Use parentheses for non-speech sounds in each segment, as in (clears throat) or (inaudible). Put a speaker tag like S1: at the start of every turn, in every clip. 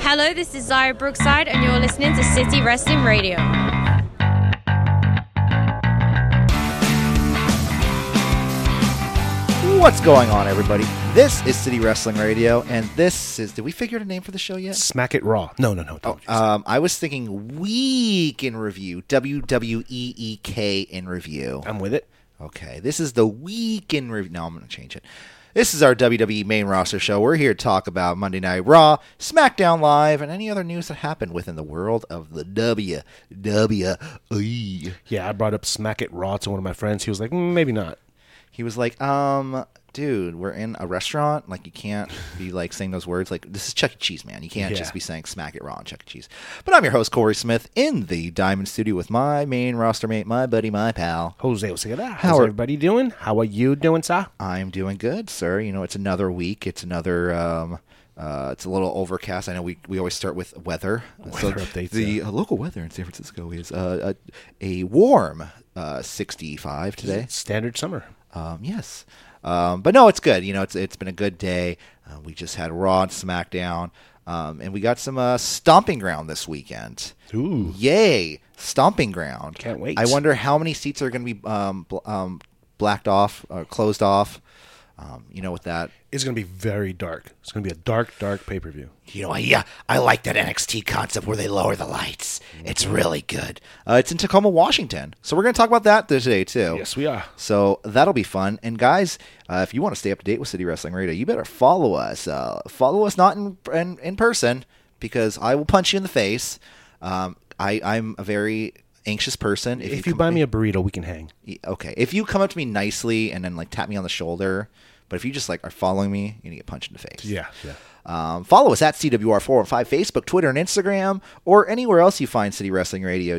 S1: Hello, this is Zara Brookside, and you're listening to City Wrestling Radio.
S2: What's going on, everybody? This is City Wrestling Radio, and this is. Did we figure out a name for the show yet?
S3: Smack It Raw. No, no, no.
S2: Oh,
S3: apologies.
S2: um, I was thinking Week in Review. W W E E K in Review.
S3: I'm with it.
S2: Okay, this is the Week in Review. No, I'm going to change it. This is our WWE main roster show. We're here to talk about Monday Night Raw, SmackDown Live, and any other news that happened within the world of the E. WWE.
S3: Yeah, I brought up Smack It Raw to one of my friends. He was like, "Mm, maybe not.
S2: He was like, um, dude, we're in a restaurant. Like, you can't
S3: (laughs)
S2: be like saying those words. Like, this is Chuck E. Cheese, man. You can't
S3: Yeah.
S2: just be saying smack it raw on Chuck E. Cheese. But I'm your host, Corey Smith, in the Diamond Studio with my main roster mate, my buddy, my pal.
S3: Jose was like, "Ah, how's
S2: How are-
S3: everybody doing? How are you doing, sir?
S2: I'm doing good, sir. You know, it's another week. It's another. Um, uh, it's a little overcast. I know we, we always start with weather. so
S3: Weather updates,
S2: the uh, local weather in San Francisco is uh, a, a warm uh, 65 today.
S3: Standard summer.
S2: Um, yes, um, but no, it's good. You know, it's it's been a good day. Uh, we just had Raw and SmackDown, um, and we got some uh, stomping ground this weekend.
S3: Ooh.
S2: Yay, stomping ground!
S3: Can't wait.
S2: I wonder how many seats are going to be um, bl- um, blacked off or closed off. Um, you know, with that.
S3: It's going to be very dark. It's going to be a dark, dark pay per view.
S2: You know, I, yeah, I like that NXT concept where they lower the lights. It's really good. Uh, it's in Tacoma, Washington, so we're going to talk about that today too.
S3: Yes, we are.
S2: So that'll be fun. And guys, uh, if you want to stay up to date with City Wrestling Radio, you better follow us. Uh, follow us not in, in in person because I will punch you in the face. Um, I I'm a very anxious person.
S3: If you buy me a burrito, we can hang.
S2: a okay, if you come up to me nicely and then like tap me on the shoulder, but if you just like are following me, you're gonna get punched in the face.
S3: Yeah, yeah.
S2: Um, follow us at CWR415 Facebook, Twitter, and Instagram, or anywhere else you find City Wrestling Radio,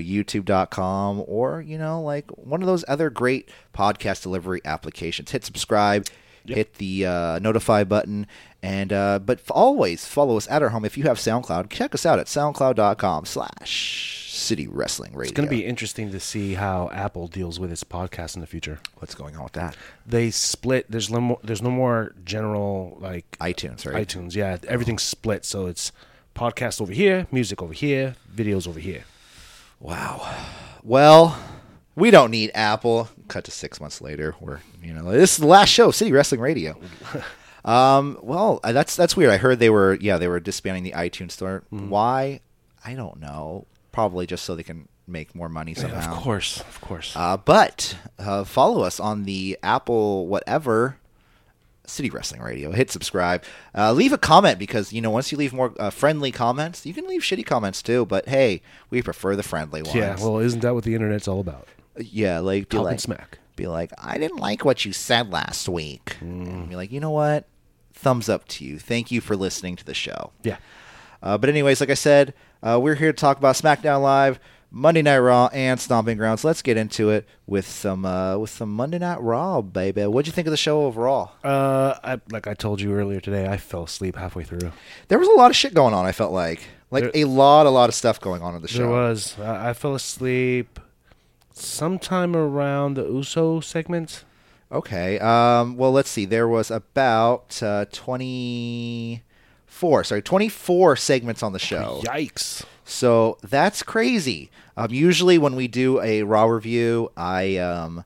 S2: YouTube.com, or, you know, like one of those other great podcast delivery applications. Hit subscribe, hit the uh, notify button, and uh, but f- always follow us at our home. If you have SoundCloud, check us out at soundcloud.com slash City Wrestling Radio.
S3: It's going to be interesting to see how Apple deals with its podcast in the future.
S2: What's going on with that?
S3: They split. There's no more. There's no more general like
S2: iTunes, right?
S3: iTunes. Yeah, everything's split. So it's podcast over here, music over here, videos over here.
S2: Wow. Well, we don't need Apple. Cut to six months later. We're you know this is the last show, City Wrestling Radio.
S3: (laughs)
S2: um. Well, uh, that's that's weird. I heard they were yeah they were disbanding the iTunes store.
S3: Mm-hmm.
S2: Why? I don't know. Probably just so they can make more money somehow.
S3: Of course, of course.
S2: Uh, but uh, follow us on the Apple whatever City Wrestling Radio. Hit subscribe. Uh, leave a comment because you know once you leave more uh, friendly comments, you can leave shitty comments too. But hey, we prefer the friendly ones.
S3: yeah, well, isn't that what the internet's all about?
S2: Yeah, like be
S3: Talking
S2: like
S3: smack.
S2: Be like, I didn't like what you said last week. And be like, you know what? Thumbs up to you. Thank you for listening to the show.
S3: Yeah.
S2: Uh, but anyways, like I said, uh, we're here to talk about SmackDown Live, Monday Night Raw, and Stomping Grounds. Let's get into it with some uh, with some Monday Night Raw, baby. What'd you think of the show overall?
S3: Uh, I, like I told you earlier today, I fell asleep halfway through.
S2: There was a lot of shit going on. I felt like like a lot, a lot of stuff going on in the
S3: There
S2: show.
S3: was. I, I fell asleep sometime around the USO segment.
S2: Okay. Um, well, let's see. There was about uh, 24, sorry, 24 segments on the
S3: Oh.
S2: show.
S3: Yikes!
S2: So that's crazy. Um, usually when we do a raw review, I, um,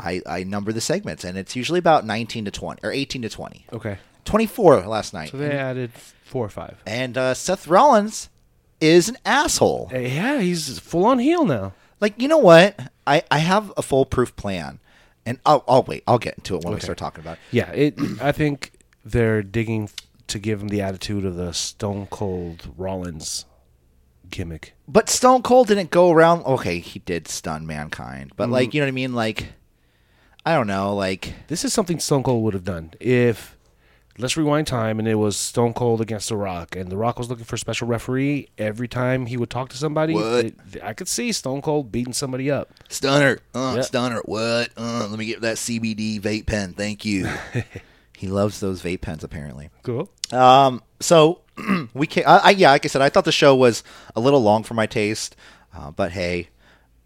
S2: I I number the segments, and it's usually about 19 to 20 or 18 to 20.
S3: Okay,
S2: 24 last night.
S3: so they added four or five.
S2: and uh, Seth Rollins is an asshole.
S3: Uh, Yeah, he's full on heel now.
S2: Like, you know what? I, I have a foolproof plan. And I'll, I'll wait. I'll get into it when we start talking about it.
S3: Yeah, it. I think they're digging f- to give him the attitude of the Stone Cold Rollins gimmick.
S2: But Stone Cold didn't go around. Okay, he did stun mankind, but like you know what I mean. Like I don't know. Like
S3: This is something Stone Cold would have done if let's rewind time and it was Stone Cold against The Rock and The Rock was looking for a special referee every time he would talk to somebody.
S2: What?
S3: it- I could see Stone Cold beating somebody up.
S2: stunner, uh,
S3: Yeah.
S2: stunner. What? Uh, let me get that CBD vape pen. Thank you. he loves those vape pens apparently.
S3: Cool.
S2: Um, so (clears throat) we can. I, I, yeah, like I said, I thought the show was a little long for my taste, uh, but hey,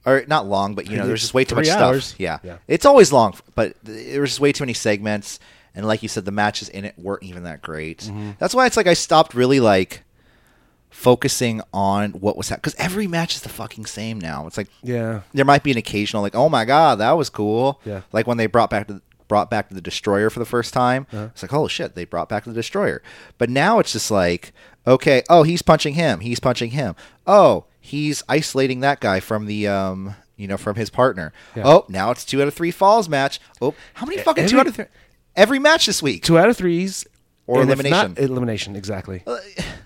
S2: or not long, but you know, there's just way too much
S3: Three hours.
S2: stuff. Yeah.
S3: Yeah.
S2: it's always long, but there was just way too many segments, and like you said, the matches in it weren't even that great. That's why it's like I stopped really like focusing on what was happening because every match is the fucking same now. It's like
S3: Yeah.
S2: there might be an occasional like, oh my god, that was cool.
S3: Yeah.
S2: Like when they brought back the brought back the destroyer for the first time.
S3: Uh-huh.
S2: It's like, oh shit, they brought back the destroyer. But now it's just like, okay, oh he's punching him, he's punching him. Oh, he's isolating that guy from the um you know, from his partner. Oh, now it's two out of three falls match. Oh, how many fucking two
S3: E-, every-
S2: out of three? Every match this week.
S3: Two out of threes.
S2: Or
S3: and if not-
S2: elimination.
S3: elimination, exactly.
S2: Uh,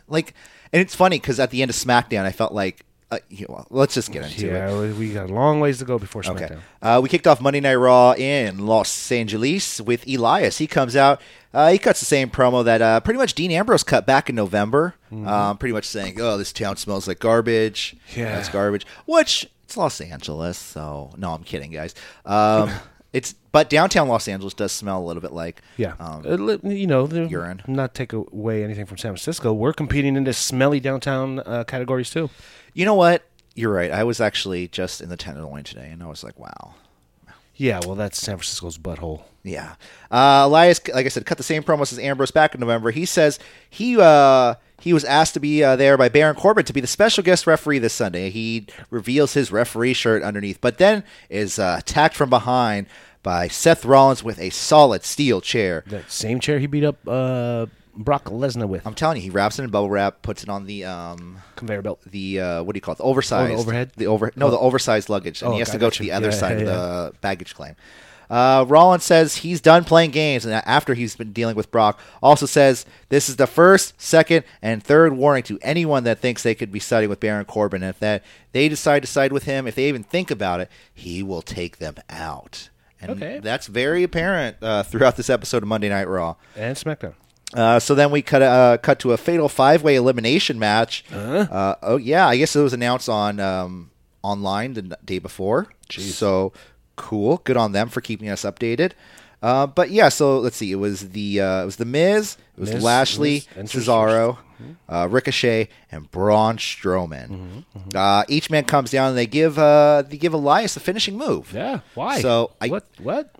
S2: like, and it's funny because at the end of SmackDown, I felt like, uh, you know, let's just get into it.
S3: yeah, we- we got a long ways to go before SmackDown.
S2: Okay. Uh, we kicked off Monday Night Raw in Los Angeles with Elias. He comes out. Uh, he cuts the same promo that uh, pretty much Dean Ambrose cut back in November.
S3: Mm-hmm.
S2: Um, pretty much saying, "Oh, this town smells like garbage.
S3: Yeah.
S2: that's garbage." Which it's Los Angeles, so no, I'm kidding, guys.
S3: (laughs)
S2: Um, it's but downtown Los Angeles does smell a little bit like
S3: Yeah,
S2: um,
S3: Uh, li- you know, the,
S2: urine.
S3: Not take away anything from San Francisco. We're competing in this smelly downtown uh, categories too.
S2: You know what? You're right. I was actually just in the Tenderloin today, and I was like, "Wow,
S3: Yeah, well, that's San Francisco's butthole.
S2: Yeah. Uh, Elias, like I said, cut the same promo as Ambrose back in November. He says he uh, he was asked to be uh, there by Baron Corbin to be the special guest referee this Sunday. He reveals his referee shirt underneath, but then is uh, attacked from behind by Seth Rollins with a solid steel chair.
S3: That same chair he beat up uh, Brock Lesnar with
S2: I'm telling you, he wraps it in bubble wrap, puts it on the um,
S3: conveyor belt.
S2: the uh, what do you call it? The oversized
S3: Oh, overhead?
S2: The over no, the oversized luggage, and
S3: Oh,
S2: he has to
S3: got-
S2: go
S3: got
S2: to
S3: you.
S2: the other
S3: Yeah,
S2: side of
S3: yeah,
S2: the baggage claim. Uh, Rollins says he's done playing games, and after he's been dealing with Brock, also says this is the first, second, and third warning to anyone that thinks they could be siding with Baron Corbin. And if that they decide to side with him, if they even think about it, he will take them out. And
S3: Okay.
S2: that's very apparent uh, throughout this episode of Monday Night Raw.
S3: and SmackDown.
S2: Uh, so then we cut uh, cut to a fatal five way elimination match. Uh, oh yeah, I guess it was announced on um, online the n- day before. So cool, good on them for keeping us updated. Uh, but yeah, so let's see. It was the uh, it was the Miz, it was
S3: Miz,
S2: Lashley,
S3: Miz, and Mm-hmm.
S2: Cesaro, uh, Ricochet, and Braun Strowman. Uh, each man comes down and they give uh, they give Elias the finishing move.
S3: Yeah, why?
S2: So I
S3: what? What?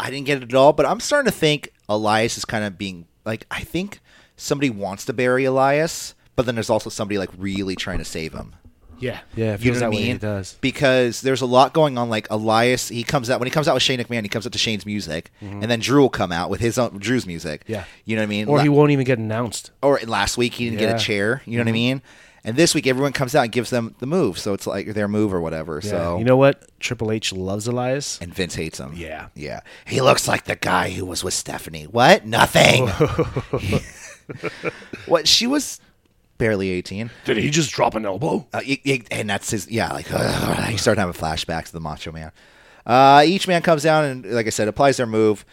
S2: I didn't get it at all, but I'm starting to think Elias is kind of being like I think somebody wants to bury Elias, but then there's also somebody like really trying to save him.
S3: Yeah, yeah. It
S2: You
S3: feels
S2: know
S3: that
S2: what I
S3: way.
S2: mean?
S3: It does.
S2: Because there's a lot going on. Like Elias, he comes out when he comes out with Shane McMahon, he comes out to Shane's music, and then Drew will come out with his own Drew's music.
S3: Mm-hmm. Yeah.
S2: you know what I mean.
S3: Or
S2: La-
S3: he won't even get announced.
S2: or last week he didn't
S3: Yeah. Mm-hmm.
S2: get a chair. You know what I mean. And this week everyone comes out and gives them the move, so it's like their move or whatever. So
S3: you know what? Triple H loves Elias.
S2: and Vince hates him.
S3: Yeah.
S2: Yeah. He looks like the guy who was with Stephanie. What? Nothing. what? She was barely 18.
S3: Did he just drop an elbow?
S2: Uh, y- y- and that's his, yeah, like, (sighs) he started having flashbacks to the Macho Man. Uh, each man comes down and, like I said, applies their move.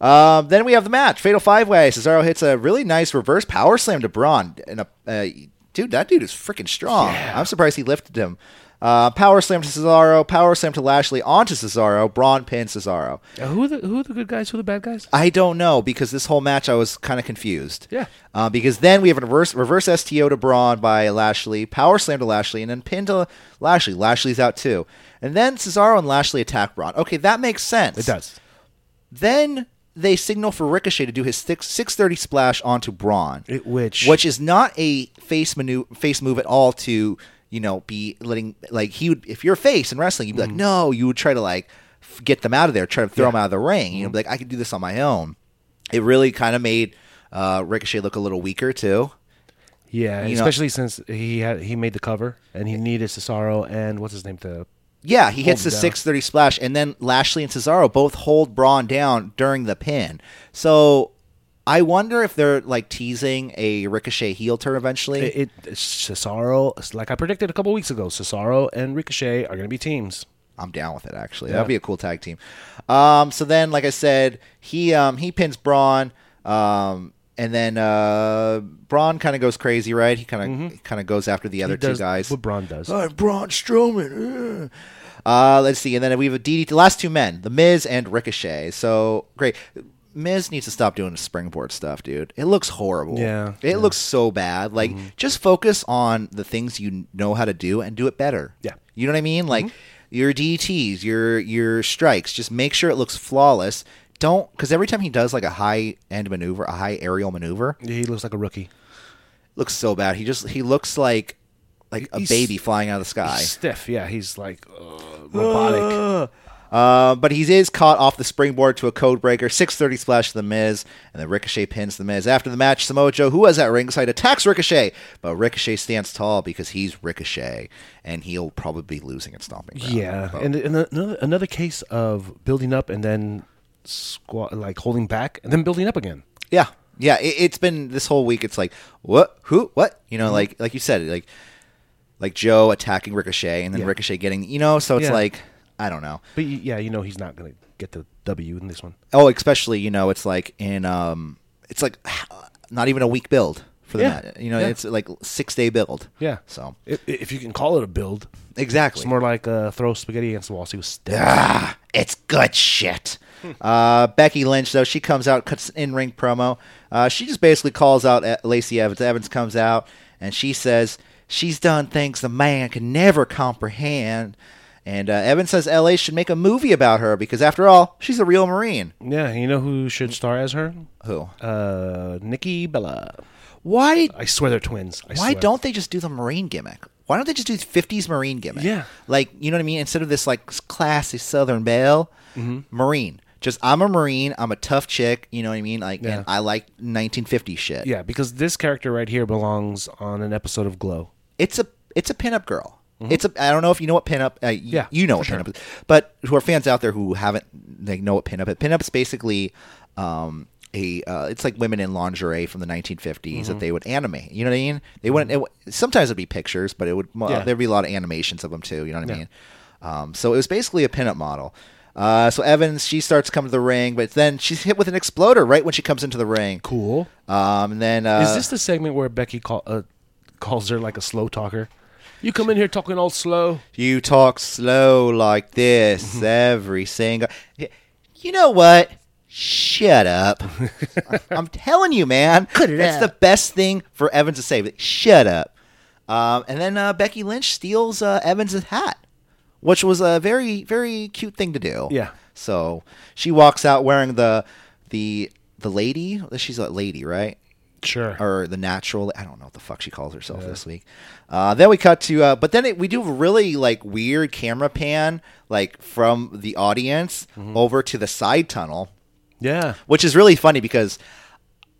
S2: Um, then we have the match Fatal Five Way. Cesaro hits a really nice reverse power slam to Braun. And a, uh, dude, that dude is freaking strong. I'm surprised he lifted him. Uh, power slam to Cesaro, power slam to Lashley onto Cesaro. Braun pins Cesaro.
S3: Uh, who are the who are the good guys? Who are the bad guys?
S2: I don't know because this whole match I was kind of confused.
S3: Yeah.
S2: Uh, because then we have a reverse reverse STO to Braun by Lashley, power slam to Lashley, and then pin to Lashley. Lashley's out too, and then Cesaro and Lashley attack Braun. Okay, that makes sense.
S3: It does.
S2: Then they signal for Ricochet to do his six six thirty splash onto Braun,
S3: It- which-
S2: which is not a face manu- face move at all. To you know, be letting like he would if you're a face in wrestling, you'd be
S3: Mm-hmm.
S2: like, no, you would try to like f- get them out of there, try to throw them out of the ring.
S3: Mm-hmm.
S2: You'd be like, I could do this on my own. It really kind of made uh, Ricochet look a little weaker too.
S3: Yeah,
S2: You know-
S3: especially since he had he made the cover and he needed Cesaro and what's his name to
S2: Yeah, he hits the
S3: him down.
S2: 630 splash, and then Lashley and Cesaro both hold Braun down during the pin. So I wonder if they're like teasing a Ricochet heel turn eventually.
S3: it, it Cesaro. Like I predicted a couple weeks ago, Cesaro and Ricochet are going to be teams.
S2: I'm down with it actually. That'd be a cool tag team. Um, so then, like I said, he um, he pins Braun, um, and then uh, Braun kind of goes crazy, right? He kind of kind of goes after the other two
S3: Mm-hmm. does
S2: guys.
S3: what Braun does.
S2: Uh, Braun Strowman. uh. Uh, let's see, and then we have a DDT. The last two men, The Miz and Ricochet. So great. Miz needs to stop doing the springboard stuff, dude. It looks horrible.
S3: Yeah, Mm-hmm.
S2: it looks so bad. Like, just focus on the things you know how to do and do it better.
S3: Yeah. Mm-hmm.
S2: You know what I mean? Like your DTS, your your strikes, just make sure it looks flawless. Don't because every time he does like a high end maneuver, a high aerial maneuver,
S3: He looks like a rookie.
S2: looks so bad. He just he looks like like a
S3: He's-
S2: baby flying out of the sky.
S3: Stiff, yeah. He's like uh, robotic.
S2: Uh, but he is caught off the springboard to a code breaker, 630 splash to the Miz, and then Ricochet pins the Miz. After the match, Samoa Joe, who was at ringside, attacks Ricochet, but Ricochet stands tall because he's Ricochet, and he'll probably be losing and stomping. ground.
S3: yeah,
S2: But-
S3: and, and another, another case of building up and then squat, like holding back and then building up again.
S2: Yeah, yeah. It, it's been this whole week. It's like what, who, what? You know, like like you said, like like Joe attacking Ricochet, and then
S3: Yeah.
S2: Ricochet getting you know. So it's
S3: Yeah.
S2: like I don't know.
S3: But y- yeah, you know he's not gonna get the W in this one.
S2: Oh, especially you know, it's like in um, it's like (sighs) not even a week build for the
S3: Yeah.
S2: mat. You know,
S3: Yeah.
S2: it's like six day build.
S3: Yeah.
S2: So
S3: I- i- if you can call it a build,
S2: exactly,
S3: it's more like uh, throw spaghetti against the wall. So he was stiff.
S2: Ah, it's good shit.
S3: Hmm.
S2: Uh, Becky Lynch, though, she comes out, cuts an in ring promo. Uh, she just basically calls out uh, Lacey Evans. Evans comes out, and she says she's done things the man can never comprehend. And uh, Evans says LA should make a movie about her because, after all, she's a real Marine.
S3: Yeah, you know who should star as her?
S2: Who?
S3: Uh, Nikki Bella.
S2: Why did
S3: I swear they're twins. I
S2: Why
S3: swear.
S2: don't they just do the Marine gimmick? Why don't they just do the 50s Marine gimmick?
S3: Yeah.
S2: Like, you know what I mean? Instead of this, like, s- classy Southern belle,
S3: Mm-hmm.
S2: Marine. Just, I'm a Marine. I'm a tough chick. You know what I mean? Like,
S3: Yeah.
S2: and I like 1950 shit.
S3: Yeah, because this character right here belongs on an episode of Glow.
S2: It's a, it's a pinup girl. It's a. I don't know if you know what pinup. Uh, yeah,
S3: Mm-hmm. Yeah,
S2: you know
S3: for
S2: what
S3: sure.
S2: pinup is, but who are fans out there who haven't they know what pinup is? Pinup's basically um, a. Uh, it's like women in lingerie from the 1950s
S3: Mm-hmm.
S2: that they would animate. You know what I mean? They wouldn't. It, w- sometimes it'd be pictures, but it would. mo-
S3: Yeah.
S2: there'd be a lot of animations of them too. You know what I
S3: Yeah.
S2: mean? Um, so it was basically a pinup model. Uh, so Evans, she starts coming to the ring, but then she's hit with an exploder right when she comes into the ring.
S3: Cool.
S2: Um, and then uh,
S3: Is this the segment where Becky call, uh, calls her like a slow talker? You come in here talking all slow.
S2: You talk slow like this every single. You know what? Shut (laughs) up. I'm telling you, man. Cut it That's the best thing for Evans to say. but Shut up. Um, and then uh, Becky Lynch steals uh, Evans' hat, which was a very, very cute thing to do.
S3: Yeah.
S2: So she walks out wearing the the the lady. She's a lady, right?
S3: Sure.
S2: or the natural. I don't know what the fuck she calls herself this week. Uh, then we cut to, uh, but then it, we do a really like weird camera pan, like from the audience
S3: Mm-hmm.
S2: over to the side tunnel,
S3: Yeah.
S2: which is really funny because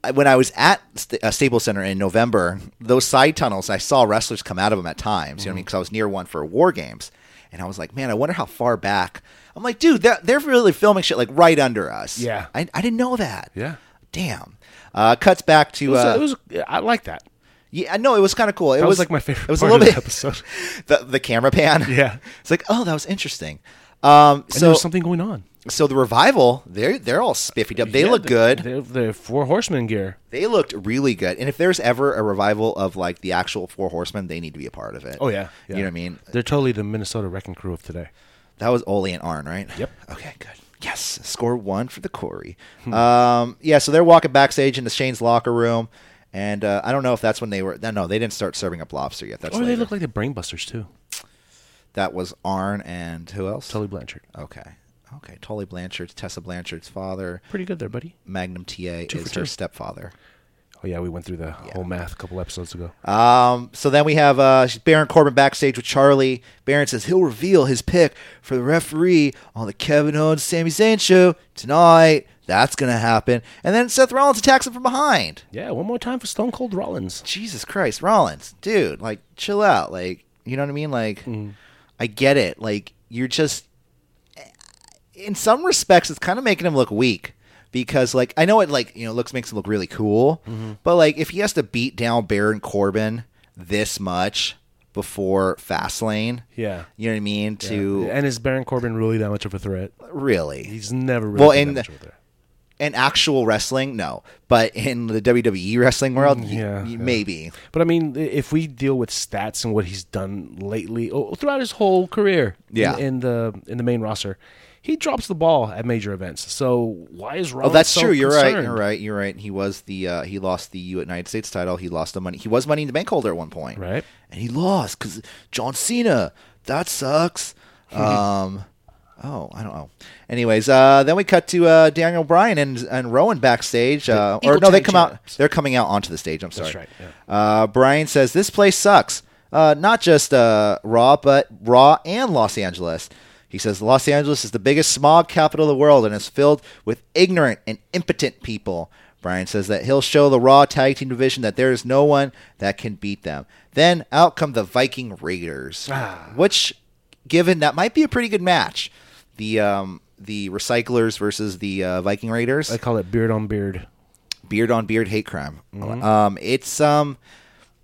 S2: I- when I was at St- uh, Staples Center in November, those side tunnels, I saw wrestlers come out of them at times. You know what I
S3: Mm-hmm.
S2: mean? Because I was near one for War Games, and I was like, man, I wonder how far back. I'm like, dude, they're, they're really filming shit like right under us.
S3: Yeah.
S2: I, I didn't know that.
S3: Yeah.
S2: Damn. Uh, cuts back to uh,
S3: So it was. I like that.
S2: yeah, no, it was kind of cool. It
S3: That
S2: was,
S3: was, like my favorite.
S2: It was
S3: part
S2: a little
S3: of
S2: bit (laughs)
S3: the episode.
S2: the the camera pan.
S3: Yeah.
S2: (laughs) it's like oh, that was interesting. Um,
S3: And there
S2: so
S3: was something going on.
S2: so the revival, they're they're all spiffied up. They
S3: Yeah,
S2: look
S3: the-
S2: good.
S3: The, the four horsemen gear.
S2: They looked really good. And if there's ever a revival of like the actual Four Horsemen, they need to be a part of it.
S3: Oh yeah,
S2: you
S3: yeah.
S2: know what I mean.
S3: They're totally the Minnesota Wrecking Crew of today.
S2: That was Ole and Arn, right?
S3: Yep.
S2: Okay, good. Yes, score one for the Corey. (laughs) um, yeah, so they're walking backstage into Shane's locker room, and uh, I don't know if that's when they were. No, they didn't start serving up lobster yet. That's
S3: Or they
S2: later.
S3: look like the Brainbusters too.
S2: that was Arn and who else?
S3: Tully Blanchard.
S2: Okay. Okay. Tully Blanchard's Tessa Blanchard's father.
S3: Pretty good there, buddy.
S2: Magnum TA
S3: Two for
S2: is her
S3: two.
S2: stepfather.
S3: Oh yeah, Uh, we went through the whole math a couple episodes ago.
S2: Um, so then we have uh, Baron Corbin backstage with Charlie. Baron says he'll reveal his pick for the referee on the Kevin Owens Sami Zayn show tonight. That's going to happen. And then Seth Rollins attacks him from behind.
S3: yeah, one more time for Stone Cold Rollins.
S2: Jesus Christ, Rollins, dude, like chill out. Like, you know what I mean? Like,
S3: Mm.
S2: I get it. Like, you're just, in some respects, it's kind of making him look weak because, like, I know it, like, you know, looks makes him look really cool,
S3: Mm-hmm.
S2: but, like, if he has to beat down Baron Corbin this much before Fastlane,
S3: Yeah.
S2: you know what I mean? To
S3: And is Baron Corbin really that much of a threat?
S2: really,
S3: He's never really
S2: Well,
S3: been
S2: and-
S3: that much of a threat.
S2: in actual wrestling, no, but in the WWE wrestling world, y-
S3: Mm, yeah,
S2: y-
S3: yeah.
S2: maybe.
S3: But I mean, i- if we deal with stats and what he's done lately, oh, throughout his whole career, in-
S2: Yeah.
S3: in, the in the main roster, he drops the ball at major events. So why is
S2: Oh,
S3: Rollins?
S2: that's
S3: so
S2: true. You're right.
S3: concerned?
S2: You're right. You're right. He was the uh, he lost the United States title. He lost the money. He was money in the bank holder at one point,
S3: Right. (laughs)
S2: And he lost because John Cena. That sucks. um, Oh, I don't know. Anyways, uh, then we cut to uh, Daniel Bryan and and Rowan backstage, uh, or
S3: Eagle
S2: no, they
S3: tag
S2: come
S3: champs.
S2: out. They're coming out onto the stage. I'm sorry.
S3: right,
S2: Uh, Brian says this place sucks. Uh, not just uh, Raw, but Raw and Los Angeles. He says Los Angeles is the biggest smog capital of the world and is filled with ignorant and impotent people. Brian says that he'll show the Raw tag team division that there is no one that can beat them. Then out come the Viking Raiders, which, given that might be a pretty good match, the um, the Recyclers versus the uh, Viking Raiders
S3: I call it beard on beard.
S2: beard on beard hate crime.
S3: Mm-hmm.
S2: Um, it's um,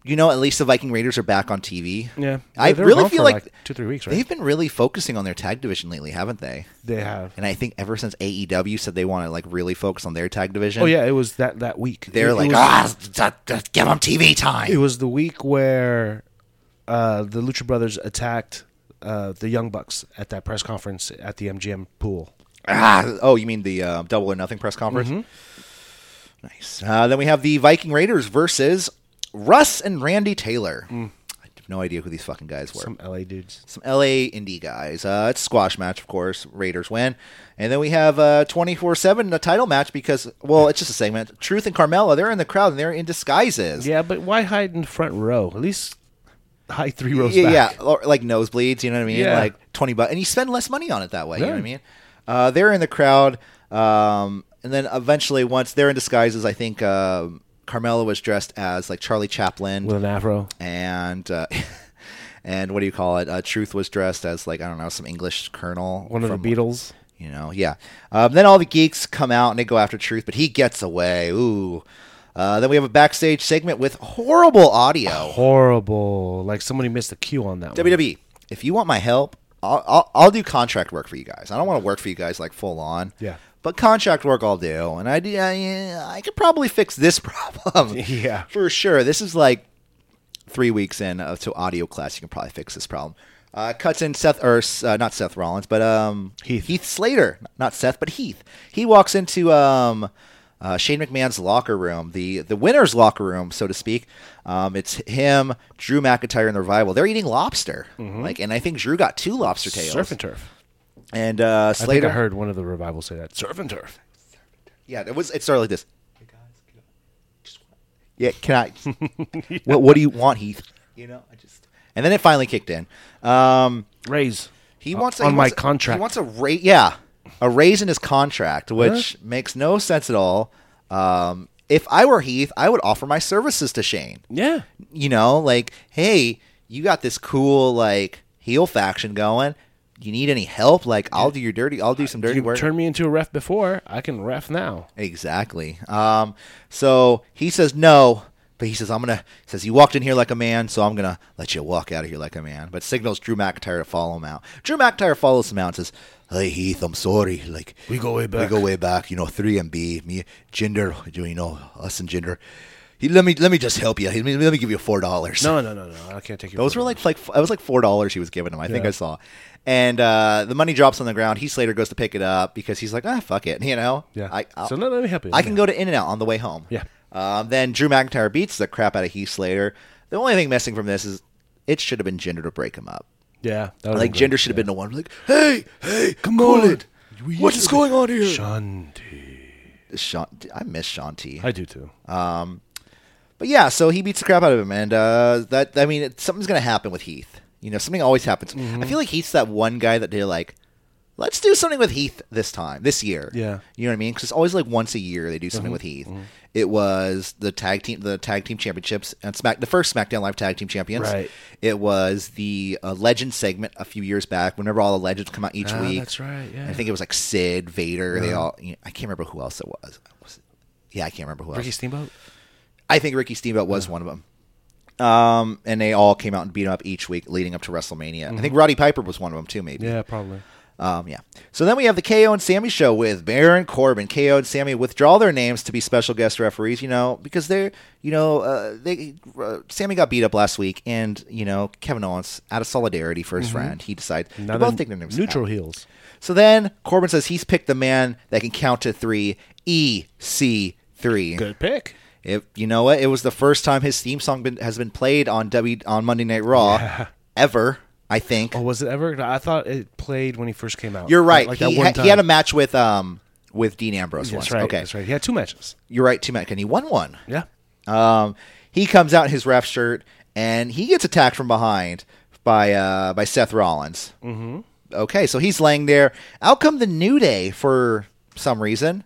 S2: you know, at least the Viking Raiders are back on TV.
S3: Yeah.
S2: I
S3: They- they were
S2: really
S3: gone
S2: feel
S3: for,
S2: like,
S3: like, two, three weeks, right?
S2: They've been really focusing on their tag division lately, haven't they?
S3: They have.
S2: And I think ever since AEW said they want to like really focus on their tag division,
S3: Oh yeah, it was that that week.
S2: they're
S3: It- it
S2: like,
S3: was-
S2: ah, d- d- give them TV
S3: It
S2: time.
S3: was the week where uh, the Lucha Brothers attacked uh, the Young Bucks at that press conference at the MGM pool.
S2: Ah, oh, you mean the uh, Double or Nothing press conference?
S3: Mm-hmm.
S2: Nice. Uh, then we have the Viking Raiders versus Russ and Randy Taylor.
S3: Mm.
S2: I have no idea who these fucking guys were.
S3: Some LA dudes.
S2: some LA indie guys. Uh, it's a squash match, of course. Raiders win, and then we have twenty four seven a title match because well, it's just a segment. Truth and Carmella, they're in the crowd and they're in disguises.
S3: Yeah, but why hide in the front row? At least hide three rows
S2: yeah,
S3: back.
S2: yeah, or, like nosebleeds. You know what I mean?
S3: Yeah.
S2: Like twenty bucks, and you spend less money on it that way. You know what I
S3: Yeah.
S2: mean? Uh, they're in the crowd, um, and then eventually, once they're in disguises, I think um Carmella was dressed as like Charlie Chaplin.
S3: With an afro.
S2: and uh, (laughs) and what do you call it? Uh, Truth was dressed as like I don't know some English colonel,
S3: One of
S2: from,
S3: the Beatles.
S2: You know, yeah. Um, then all the geeks come out and they go after Truth, but he gets away. Ooh. Uh, then we have a backstage segment with horrible audio.
S3: Horrible. Like somebody missed a cue on that one.
S2: WWE, if you want my help, I'll, I'll, I'll do contract work for you guys. I don't want to work for you guys like full on.
S3: Yeah.
S2: But contract work I'll do, and I do. I, I could probably fix this (laughs) problem.
S3: Yeah.
S2: For sure. This is like three weeks in uh, to audio class. You can probably fix this problem. Uh, cuts in Seth or uh, not Seth Rollins, but um,
S3: Heath.
S2: Slater, not Seth, but Heath. He walks into um, uh, Shane McMahon's locker room, the the winner's locker room, so to speak. Um, it's him, Drew McIntyre, and the Revival. They're eating lobster, like, and I think Drew got two lobster tails.
S3: Mm-hmm. Surf and turf.
S2: And uh,
S3: I think
S2: Slater,
S3: I heard one of the revivals say that. Surf and turf.
S2: yeah, it was. It started like this. Yeah, can I? What What do you want, Heath? You know, I just. And then it finally kicked in. Um,
S3: Raise.
S2: He wants a-
S3: on
S2: he
S3: my
S2: wants a-
S3: contract.
S2: He wants a rate. Yeah, a raise in his contract, which makes no sense at all. Um, if I were Heath, I would offer my services to Shane.
S3: yeah.
S2: You know, like, hey, you got this cool like heel faction going. You need any help? Like, I'll do your dirty. I'll do some dirty
S3: You
S2: work.
S3: turned me into a ref before. I can ref now.
S2: Exactly. Um, so he says no, but he says I'm gonna. he Says you walked in here like a man, so I'm gonna let you walk out of here like a man. But signals Drew McIntyre to follow him out. Drew McIntyre follows him out and says, "Hey Heath, I'm sorry. Like
S3: We go way
S2: we
S3: back."
S2: go way back. You know, three and B, me, Jinder. You know, us and Jinder. He, let me let me just help you. Let me, let me give you four dollars.
S3: No, no, no, no. I can't take your
S2: Those
S3: phone.
S2: were like like it was like four dollars he was giving him. I think I saw. And uh, the money drops on the ground. Heath Slater goes to pick it up because he's like, ah, fuck it, (laughs) you know.
S3: Yeah.
S2: I, I'll-
S3: so no, let me help you.
S2: I can go to In and Out on the way home.
S3: Yeah.
S2: Um, then Drew McIntyre beats the crap out of Heath Slater. The only thing missing from this is it should have been Jinder to break him up.
S3: Yeah. that would've
S2: Like
S3: been
S2: Jinder
S3: great.
S2: should have been the one like, hey, hey,
S3: Come
S2: cool
S3: on.
S2: it.
S3: We
S2: What
S3: used
S2: is
S3: to
S2: going on here?
S3: Shanti.
S2: Sha- I miss Shanti.
S3: I do too.
S2: But yeah, so he beats the crap out of him, and uh, that I mean, it, something's gonna happen with Heath. You know, something always happens.
S3: Mm-hmm.
S2: I feel like Heath's that one guy that they're like, let's do something with Heath this time, this year.
S3: Yeah. Mm-hmm.
S2: you know what I mean? Because it's always like once a year they do something with Heath. It was the tag team, the tag team championships, and Smack the first SmackDown Live tag team champions.
S3: Right.
S2: It was the uh, legend segment a few years back. Whenever all the legends come out each
S3: Ah,
S2: week,
S3: that's right, yeah.
S2: I think it was like Sid, Vader. They all. You know, I can't remember who else it was. was it? Yeah, I can't remember who else.
S3: Ricky Steamboat.
S2: Oh. I think Ricky Steamboat was one of them. Um, and they all came out and beat him up each week leading up to WrestleMania. I think Roddy Piper was one of them too, maybe.
S3: Yeah, probably.
S2: Um, yeah. So then we have the KO and Sammy show with Baron Corbin. KO and Sammy withdraw their names to be special guest referees, you know, because they're, you know, uh, they uh, Sammy got beat up last week, and you know Kevin Owens, out of solidarity for his friend, he decides
S3: Now
S2: to both
S3: then,
S2: take their names. out.
S3: Mm-hmm. Neutral heels.
S2: So then Corbin says he's picked the man that can count to three, E C three.
S3: Good pick.
S2: It, you know what? It was the first time his theme song been, has been played on W on Monday Night Raw (laughs) ever. I think.
S3: Oh, was it ever? I thought it played when he first came out.
S2: You're right.
S3: Like that
S2: he,
S3: one
S2: ha-
S3: time.
S2: he had a match with um with Dean Ambrose once.
S3: That's right.
S2: okay,
S3: That's right. He had two matches.
S2: you're right. Two match, and he won one.
S3: Yeah.
S2: Um, he comes out in his ref shirt and he gets attacked from behind by uh, by Seth Rollins. Mm-hmm. Okay, so he's laying there. Out come the New Day for some reason.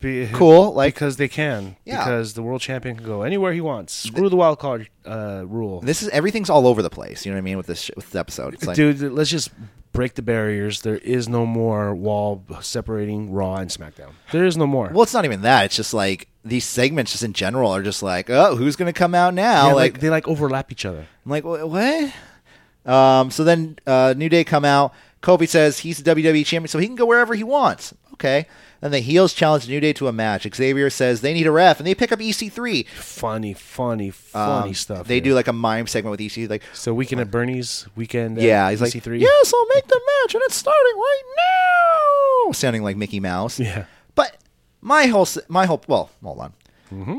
S3: Be-
S2: Cool, like-
S3: because they can.
S2: Yeah.
S3: Because the world champion can go anywhere he wants. Screw the wild card uh, rule.
S2: This is everything's all over the place. You know what I mean with this sh- with this episode. It's like
S3: Dude, let's just break the barriers. There is no more wall separating Raw and SmackDown. There is no more.
S2: well, it's not even that. It's just like these segments just in general are just like, oh, who's gonna come out now?
S3: Yeah,
S2: like,
S3: they like overlap each other.
S2: I'm like, "Wha- what? Um, so then uh, New Day come out. Kofi says he's the WWE champion, so he can go wherever he wants. Okay. And the heels challenge New Day to a match. Xavier says they need a ref, and they pick up EC3.
S3: Funny, funny, funny
S2: Um,
S3: stuff.
S2: They
S3: here.
S2: do like a mime segment with EC, like,
S3: So weekend at Bernie's weekend. At E
S2: yeah, he's like,
S3: EC3.
S2: yes, I'll make the match, and it's starting right now, sounding like Mickey Mouse.
S3: Yeah.
S2: But my whole, s- my whole, well, hold on. Mm-hmm.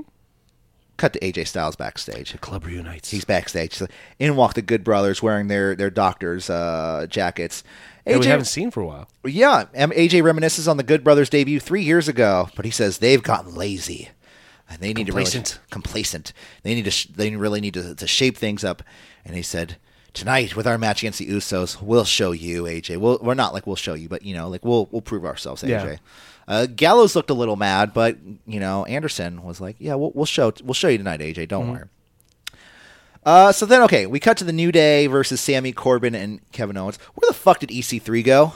S2: Cut to AJ Styles backstage.
S3: Club reunites.
S2: He's backstage. So in walk the Good Brothers wearing their their doctors' uh, jackets.
S3: that we haven't
S2: AJ,
S3: seen for a while.
S2: yeah, M- AJ reminisces on the Good Brothers debut three years ago, but he says they've gotten lazy and they need to
S3: Complacent.
S2: really, complacent. They need to sh- they really need to, to shape things up. And he said tonight with our match against the Usos, we'll show you AJ. We'll, we're not like we'll show you, but you know, like we'll we'll prove ourselves, AJ.
S3: Yeah.
S2: Uh, Gallows looked a little mad, but you know Anderson was like, "Yeah, we'll, we'll show we'll show you tonight, AJ. Don't
S3: Mm-hmm.
S2: worry." Uh, so then, okay, we cut to the New Day versus Sammy Corbin and Kevin Owens. Where the fuck did EC3 go?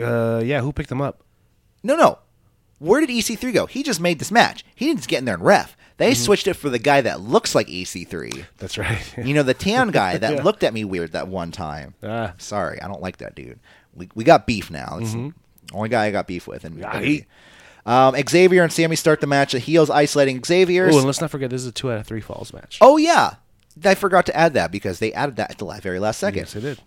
S3: Uh, yeah, who picked them up?
S2: No, no. Where did EC3 go? He just made this match. He didn't just get in there and ref. They
S3: Mm-hmm.
S2: switched it for the guy that looks like EC3.
S3: That's right. (laughs)
S2: You know, the tan guy that looked at me weird that one time.
S3: Ah. Mm-hmm.
S2: Sorry, I don't like that dude. We, we got beef now. It's the only guy I got beef with. And
S3: Right.
S2: um, Xavier and Sammy start the match. The heels isolating Xavier.
S3: oh, and let's not forget this is a two out of three falls match.
S2: Oh, yeah. I forgot to add that because they added that at the la- very last second.
S3: yes, it did.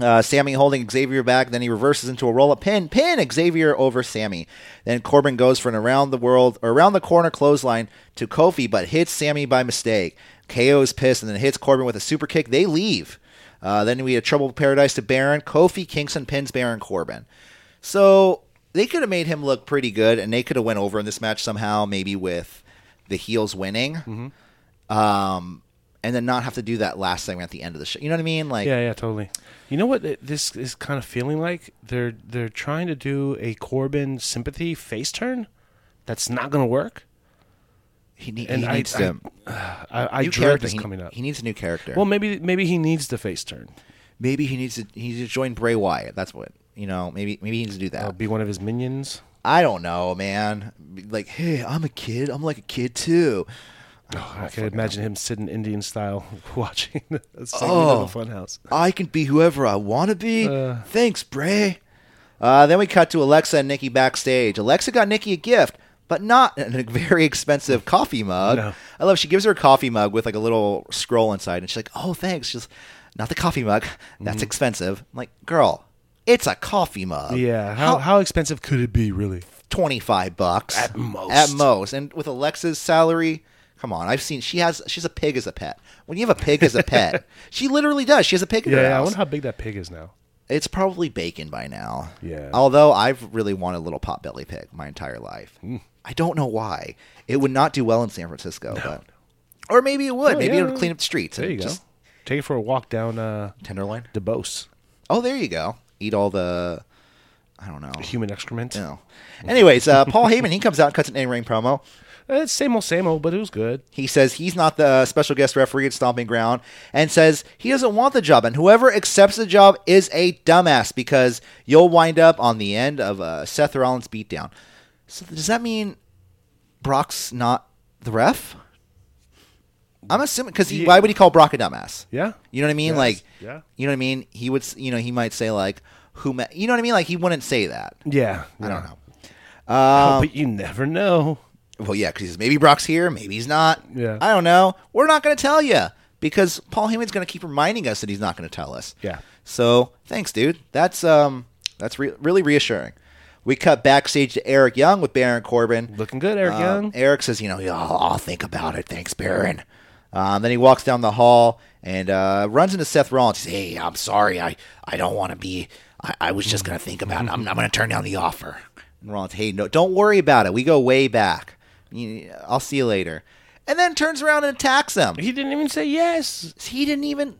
S2: Uh, Sammy holding Xavier back, then he reverses into a roll up pin, pin Xavier over Sammy. Then Corbin goes for an around the world, or around the corner clothesline to Kofi, but hits Sammy by mistake. KO's pissed and then hits Corbin with a super kick. They leave. Uh, then we had Trouble with Paradise to Baron. Kofi Kingston pins Baron Corbin. So they could have made him look pretty good, and they could have went over in this match somehow, maybe with the heels winning, um, and then not have to do that last thing at the end of the show. You know what I mean? Like,
S3: Yeah, yeah, totally. You know what th- this is kind of feeling like? They're they're trying to do a Corbin sympathy face turn. That's not going to work.
S2: He, ne-
S3: And
S2: he
S3: I-
S2: needs
S3: I-
S2: to
S3: I, I
S2: new
S3: dread
S2: character
S3: this
S2: he-
S3: coming up.
S2: He needs a new character.
S3: well, maybe maybe he needs the face turn.
S2: maybe he needs to he needs to join Bray Wyatt. That's what you know. Maybe maybe he needs to do that.
S3: Uh, be one of his minions.
S2: I don't know, man. Like, hey, I'm a kid. I'm like a kid too. Oh,
S3: I could imagine him sitting Indian style (laughs) watching a segment
S2: Oh.
S3: of the Funhouse.
S2: I can be whoever I want to be.
S3: Uh.
S2: Thanks, Bray. Uh, then we cut to Alexa and Nikki backstage. Alexa got Nikki a gift, but not a very expensive coffee mug.
S3: No.
S2: I love she gives her a coffee mug with like a little scroll inside, and she's like, "Oh, thanks." She's not the coffee mug.
S3: Mm-hmm.
S2: That's expensive. I'm like, girl, it's a coffee mug.
S3: Yeah, how, how expensive could it be, really?
S2: 25 bucks
S3: At most.
S2: at most and with alexa's salary come on i've seen she has she's a pig as a pet when you have a pig
S3: (laughs)
S2: as a pet she literally does she has a pig in
S3: Yeah,
S2: her
S3: yeah, I
S2: house
S3: wonder how big that pig is now.
S2: it's probably bacon by now
S3: Yeah.
S2: although i've really wanted a little potbelly pig my entire life
S3: Hmm.
S2: i don't know why it would not do well in san francisco but or maybe it would
S3: Oh,
S2: maybe
S3: yeah.
S2: it would clean up the streets
S3: There
S2: and
S3: you go.
S2: just
S3: Take it for a walk down uh,
S2: tenderloin
S3: DeBose.
S2: oh there you go eat all the i
S3: (laughs)
S2: don't know
S3: Human excrement.
S2: no. Anyways, uh, Paul Heyman, he comes out and cuts an in-ring promo.
S3: Eh, It's same old, same old, but it was good.
S2: He says he's not the uh, special guest referee at Stomping Ground and says he doesn't want the job. And whoever accepts the job is a dumbass because you'll wind up on the end of a Seth Rollins beatdown. So does that mean Brock's not the ref? I'm assuming because
S3: Yeah.
S2: why would he call Brock a dumbass?
S3: Yeah.
S2: You know what I mean?
S3: Yes.
S2: Like,
S3: Yeah.
S2: you know what I mean? He would, s- you know, he might say like, who, ma-? you know what I mean? Like he wouldn't say that.
S3: Yeah,
S2: I don't know. Um,
S3: Oh, but you never know.
S2: Well, yeah, because he says maybe Brock's here, maybe he's not.
S3: Yeah.
S2: I don't know. We're not going to tell you because Paul Heyman's going to keep reminding us that he's not going to tell us.
S3: Yeah.
S2: So thanks, dude. That's um, that's re- really reassuring. We cut backstage to Eric Young with Baron Corbin.
S3: Looking good, Eric
S2: Um,
S3: Young.
S2: Eric says, you know, "Yeah, I'll, I'll think about it. Thanks, Baron. Um, then he walks down the hall and uh, runs into Seth Rollins. He says, "Hey, I'm sorry. I, I don't want to be. I, I was just gonna think about. It. I'm, I'm gonna turn down the offer." And Rollins, "Hey, no, don't worry about it. We go way back. You- I'll see you later." And then turns around and attacks him.
S3: He didn't even say yes.
S2: He didn't even,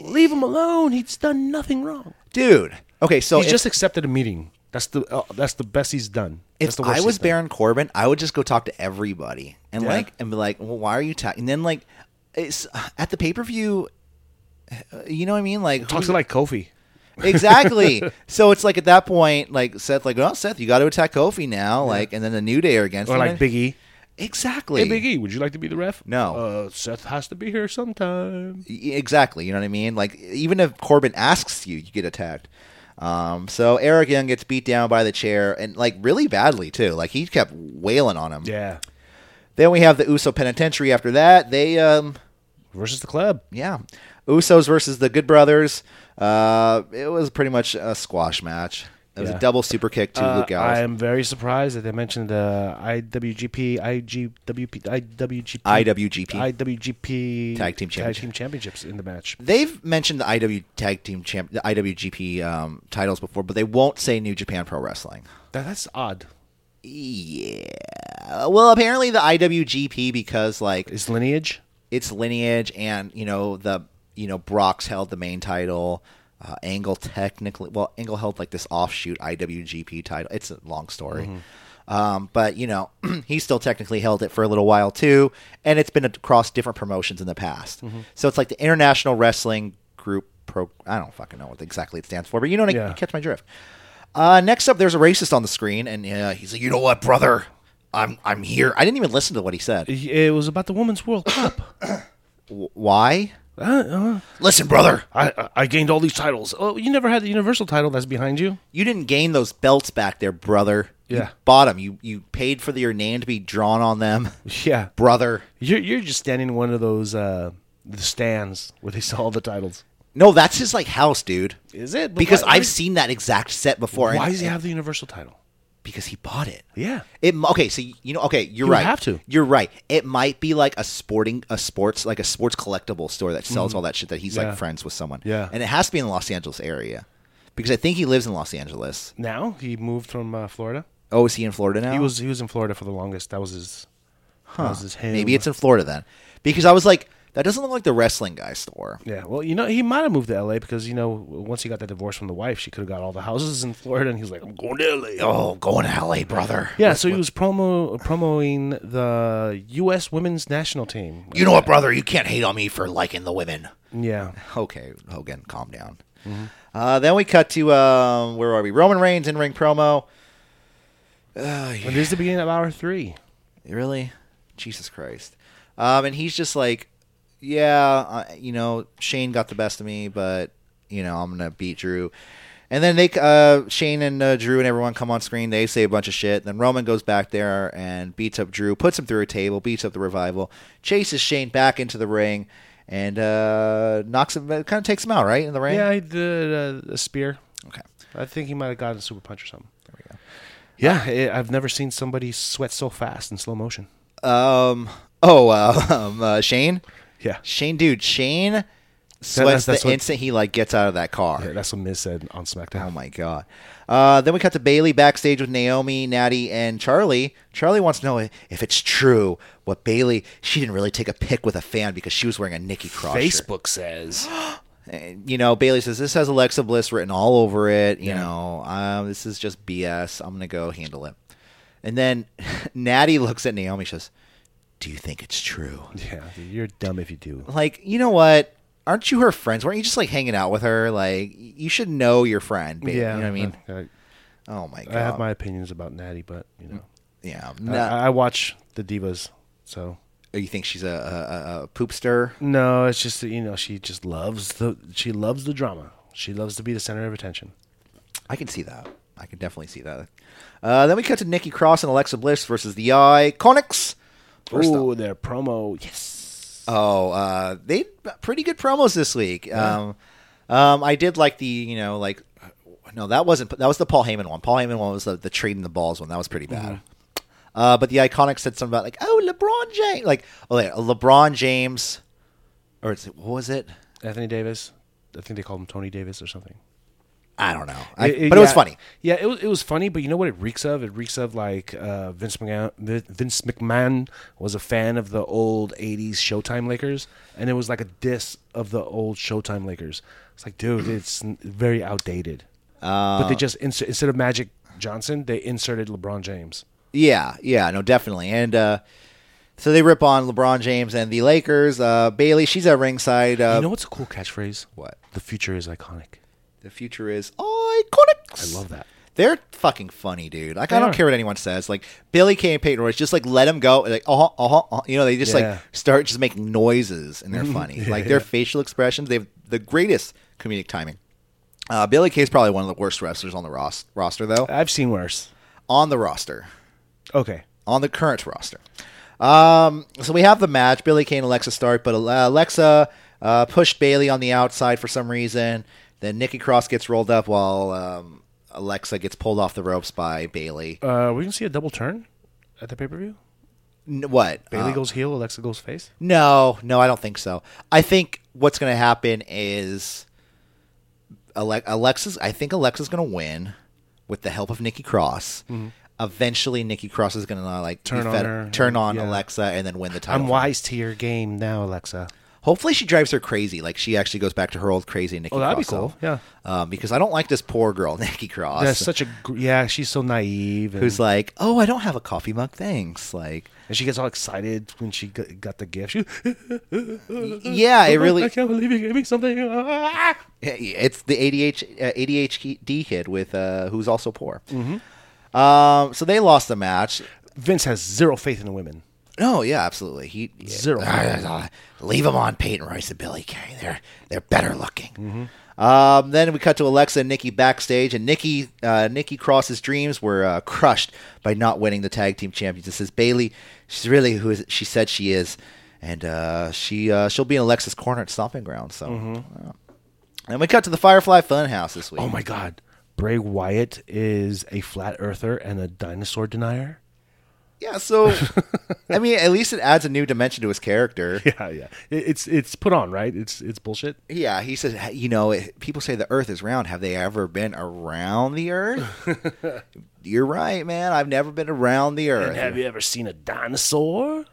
S3: Leave him alone. He's done nothing wrong.
S2: dude. Okay, so Oh,
S3: He's
S2: if-
S3: just accepted a meeting. That's the uh, that's the best he's done. That's
S2: if
S3: the
S2: I
S3: worst
S2: was
S3: he's done.
S2: Baron Corbin, I would just go talk to everybody and
S3: Yeah.
S2: like and be like, "Well, why are you talking?" And then like, it's uh, at the pay per view. You know what I mean? Like
S3: talks
S2: who- (laughs)
S3: to like Kofi. (laughs)
S2: exactly. so it's like at that point, like Seth, like, "Oh, Seth, you got to attack Kofi now." Like, and then the New Day are against
S3: Or
S2: him.
S3: like Big E.
S2: Exactly.
S3: Hey, Big E, would you like to be the ref?
S2: No.
S3: Uh, Seth has to be here sometime.
S2: Y- Exactly. You know what I mean? Like, even if Corbin asks you, you get attacked. Um, so Eric Young gets beat down by the chair and like really badly too. Like he kept wailing on him.
S3: Yeah.
S2: Then we have the Uso Penitentiary. After that, they um,
S3: Versus the club.
S2: yeah, Usos versus the Good Brothers. Uh, it was pretty much a squash match. It was a
S3: Yeah.
S2: double super kick to
S3: Uh,
S2: Luke
S3: I
S2: Gallows.
S3: am very surprised that they mentioned uh, the IWGP, IGWP, IWGP,
S2: IWGP.
S3: IWGP
S2: Tag Team Championship.
S3: championships in the match.
S2: They've mentioned the IW tag team champ, the IWGP um, titles before, but they won't say New Japan Pro Wrestling.
S3: That, that's odd.
S2: Yeah. Well, apparently the IWGP because like
S3: Is lineage?
S2: its lineage and you know the you know Brock's held the main title. Uh, Angle technically, well, Angle held like this offshoot IWGP title. It's a long story, um, but you know (clears throat) he still technically held it for a little while too, and it's been across different promotions in the past. So it's like the International Wrestling Group Pro. I don't fucking know what exactly it stands for, but you know, what I-
S3: Yeah.
S2: you catch my drift. Uh, next up, there's a racist on the screen, and uh, he's like, "You know what, brother? I'm I'm here." I didn't even listen to what he said.
S3: It it was about the Women's World Cup.
S2: W- why?
S3: Uh, uh,
S2: Listen, brother,
S3: (laughs) I, I- I gained all these titles. Oh, you never had the Universal title that's behind you?
S2: you didn't gain those belts back there, brother. You
S3: Yeah.
S2: bought them. You you paid for your name to be drawn on them, (laughs)
S3: Yeah.
S2: brother.
S3: You're, you're just standing in one of those uh, the stands where they sell all the titles.
S2: No, that's his like house, dude.
S3: Is it? But
S2: Because
S3: why-
S2: I've seen that exact set before.
S3: Why
S2: and-
S3: does he have the Universal title?
S2: Because he bought it.
S3: Yeah.
S2: It m- okay, so y- you know okay, you're
S3: You
S2: right.
S3: have to.
S2: You're right. It might be like a sporting a sports like a sports collectible store that sells all that shit that he's
S3: Mm-hmm. Yeah.
S2: like friends with someone.
S3: Yeah.
S2: And it has to be in the Los Angeles area. Because I think he lives in Los Angeles.
S3: Now he moved from uh, Florida.
S2: Oh, is he in Florida now?
S3: He was he was in Florida for the longest. That was his. That was his home.
S2: Maybe it's in Florida then. Because I was like, that doesn't look like the wrestling guy store.
S3: Yeah, well, you know, he might have moved to L.A. because you know, once he got that divorce from the wife, she could have got all the houses in Florida, and he was like, "I'm going to L.A."
S2: Oh, going to LA, brother.
S3: Yeah, so he was promo promoting the U.S. Women's National Team.
S2: You know what, brother? You can't hate on me for liking the women.
S3: Yeah,
S2: Okay, Hogan, calm down. Uh, then we cut to um, where are we? Roman Reigns in ring promo. Uh,
S3: it is the beginning of hour three.
S2: Really? Jesus Christ. Um, and he's just like, yeah, uh, you know, Shane got the best of me, but, you know, I'm going to beat Drew. And then they, uh, Shane and uh, Drew and everyone come on screen. They say a bunch of shit. Then Roman goes back there and beats up Drew, puts him through a table, beats up the revival, chases Shane back into the ring, and uh, knocks him, kind of takes him out, right? In the ring?
S3: Yeah, he did uh, a spear.
S2: Okay.
S3: I think he might have gotten a super punch or something. There we go. Yeah, i I've never seen somebody sweat so fast in slow motion.
S2: Um, oh, (laughs) uh, um, uh, Shane?
S3: Yeah,
S2: Shane, dude, Shane
S3: that's-
S2: sweats
S3: that's
S2: the
S3: what-
S2: instant he like gets out of that car.
S3: Yeah, that's what Miz said on SmackDown.
S2: Oh my god. Uh, then we cut to Bailey backstage with Naomi, Natty, and Charlie. Charlie wants to know if it's true what Bailey. She didn't really take a pic with a fan because she was wearing a Nikki Cross shirt.
S3: says
S2: And, you know, Bailey says this has Alexa Bliss written all over it. You know, um, this is just BS. I'm gonna go handle it. And then (laughs) Natty looks at Naomi. She says, "Do you think it's true?"
S3: (gasps) Yeah, dude, you're dumb if you do.
S2: Like, you know what? Aren't you her friends? Weren't you just like hanging out with her? Like, you should know your friend. Bailey. you know what I mean.
S3: I, I-
S2: Oh my god!
S3: I have my opinions about Natty, but you know,
S2: yeah.
S3: I-
S2: No.
S3: I, I watch the divas, so
S2: Oh, you think she's a, a, a- a poopster?
S3: no, it's just that, you know she just loves the she loves the drama. She loves to be the center of attention.
S2: I can see that. I can definitely see that. Uh, then we cut to Nikki Cross and Alexa Bliss versus the Iconics. First up.
S3: Oh, their promo, yes.
S2: Oh, uh, they pretty good promos this week. Um, um, I did like the you know like no that wasn't that was the Paul Heyman one. Paul Heyman one was the, the trading the balls one. That was pretty bad.
S3: Mm-hmm.
S2: Uh, but the Iconics said something about like oh LeBron James like oh yeah, LeBron James or it's, what was it?
S3: Anthony Davis. I think they called him Tony Davis or something.
S2: I don't know. I, but it was
S3: yeah.
S2: funny.
S3: Yeah, it was it was funny, but you know what it reeks of? It reeks of like uh, Vince McMahon. Vin- Vince McMahon was a fan of the old '80s Showtime Lakers, and it was like a diss of the old Showtime Lakers. It's like, dude, it's n- very outdated.
S2: Uh,
S3: but they just ins- instead of Magic Johnson, they inserted LeBron James.
S2: Yeah, yeah, no, definitely. And uh, so they rip on LeBron James and the Lakers. Uh, Bailey, she's at ringside. Uh,
S3: you know what's a cool catchphrase?
S2: What?
S3: The future is iconic.
S2: the future is iconic.
S3: I love that.
S2: They're fucking funny, dude. Like I
S3: They
S2: don't
S3: are.
S2: care what anyone says. Like Billy Kay and Peyton Royce, just like let them go. Like uh huh, uh huh. You know, they just
S3: Yeah.
S2: like start just making noises, and they're
S3: (laughs)
S2: funny. like their facial expressions, they have the greatest comedic timing. Uh, Billy Kay is probably one of the worst wrestlers on the ros- roster, though.
S3: I've seen worse.
S2: On the roster,
S3: Okay.
S2: on the current roster. Um, so we have the match. Billy Kane and Alexa start, but uh, Alexa uh, pushed Bailey on the outside for some reason. Then Nikki Cross gets rolled up while um, Alexa gets pulled off the ropes by Bailey.
S3: Uh, we can see a double turn at the pay per view.
S2: Uh, N- what?
S3: Bailey
S2: Uh,
S3: goes heel, Alexa goes face.
S2: no, no, I don't think so. I think what's going to happen is Ale- Alexa's. I think Alexa's going to win with the help of Nikki Cross. Eventually, Nikki Cross is going to like be
S3: Mm-hmm. Turn on
S2: fed-
S3: her.
S2: turn on
S3: Yeah.
S2: Alexa, and then win the title.
S3: I'm wise to your game now, Alexa.
S2: Hopefully, she drives her crazy. Like she actually goes back to her old crazy Nikki.
S3: Oh, that'd be
S2: Cross self.
S3: cool, yeah.
S2: um, because I don't like this poor girl (laughs) Nikki Cross,
S3: That's such a gr- yeah. She's so naive, and,
S2: who's like, "Oh, I don't have a coffee mug, thanks." Like,
S3: and she gets all excited when she g- got the (laughs) gift. She,
S2: yeah, it
S3: I
S2: really,
S3: can't believe you gave me something. (laughs) Ah!
S2: it's the ADH, uh, ADHD kid with uh, who's also poor. Mm-hmm. Um, so they lost the match.
S3: Vince has zero faith in women.
S2: No, yeah, absolutely. He
S3: Zero.
S2: leave them on Peyton Royce and Billy Kay. They're they're better looking. Um, then we cut to Alexa and Nikki backstage, and Nikki uh, Nikki Cross's dreams were uh, crushed by not winning the tag team champions. It says Bailey, she's really who is, she said she is, and uh, she uh, she'll be in Alexa's corner at Stomping Ground. So, uh, and we cut to the Firefly Funhouse this week.
S3: Oh my God, Bray Wyatt is a flat earther and a dinosaur denier.
S2: Yeah, so (laughs) I mean, at least it adds a new dimension to his character.
S3: Yeah, yeah. It, it's it's put on right. It's it's bullshit.
S2: Yeah, he says, "H- you know, it, people say the Earth is round. Have they ever been around the Earth?
S3: (laughs)
S2: You're right, man. I've never been around the
S3: And have
S2: Earth.
S3: you ever seen a dinosaur?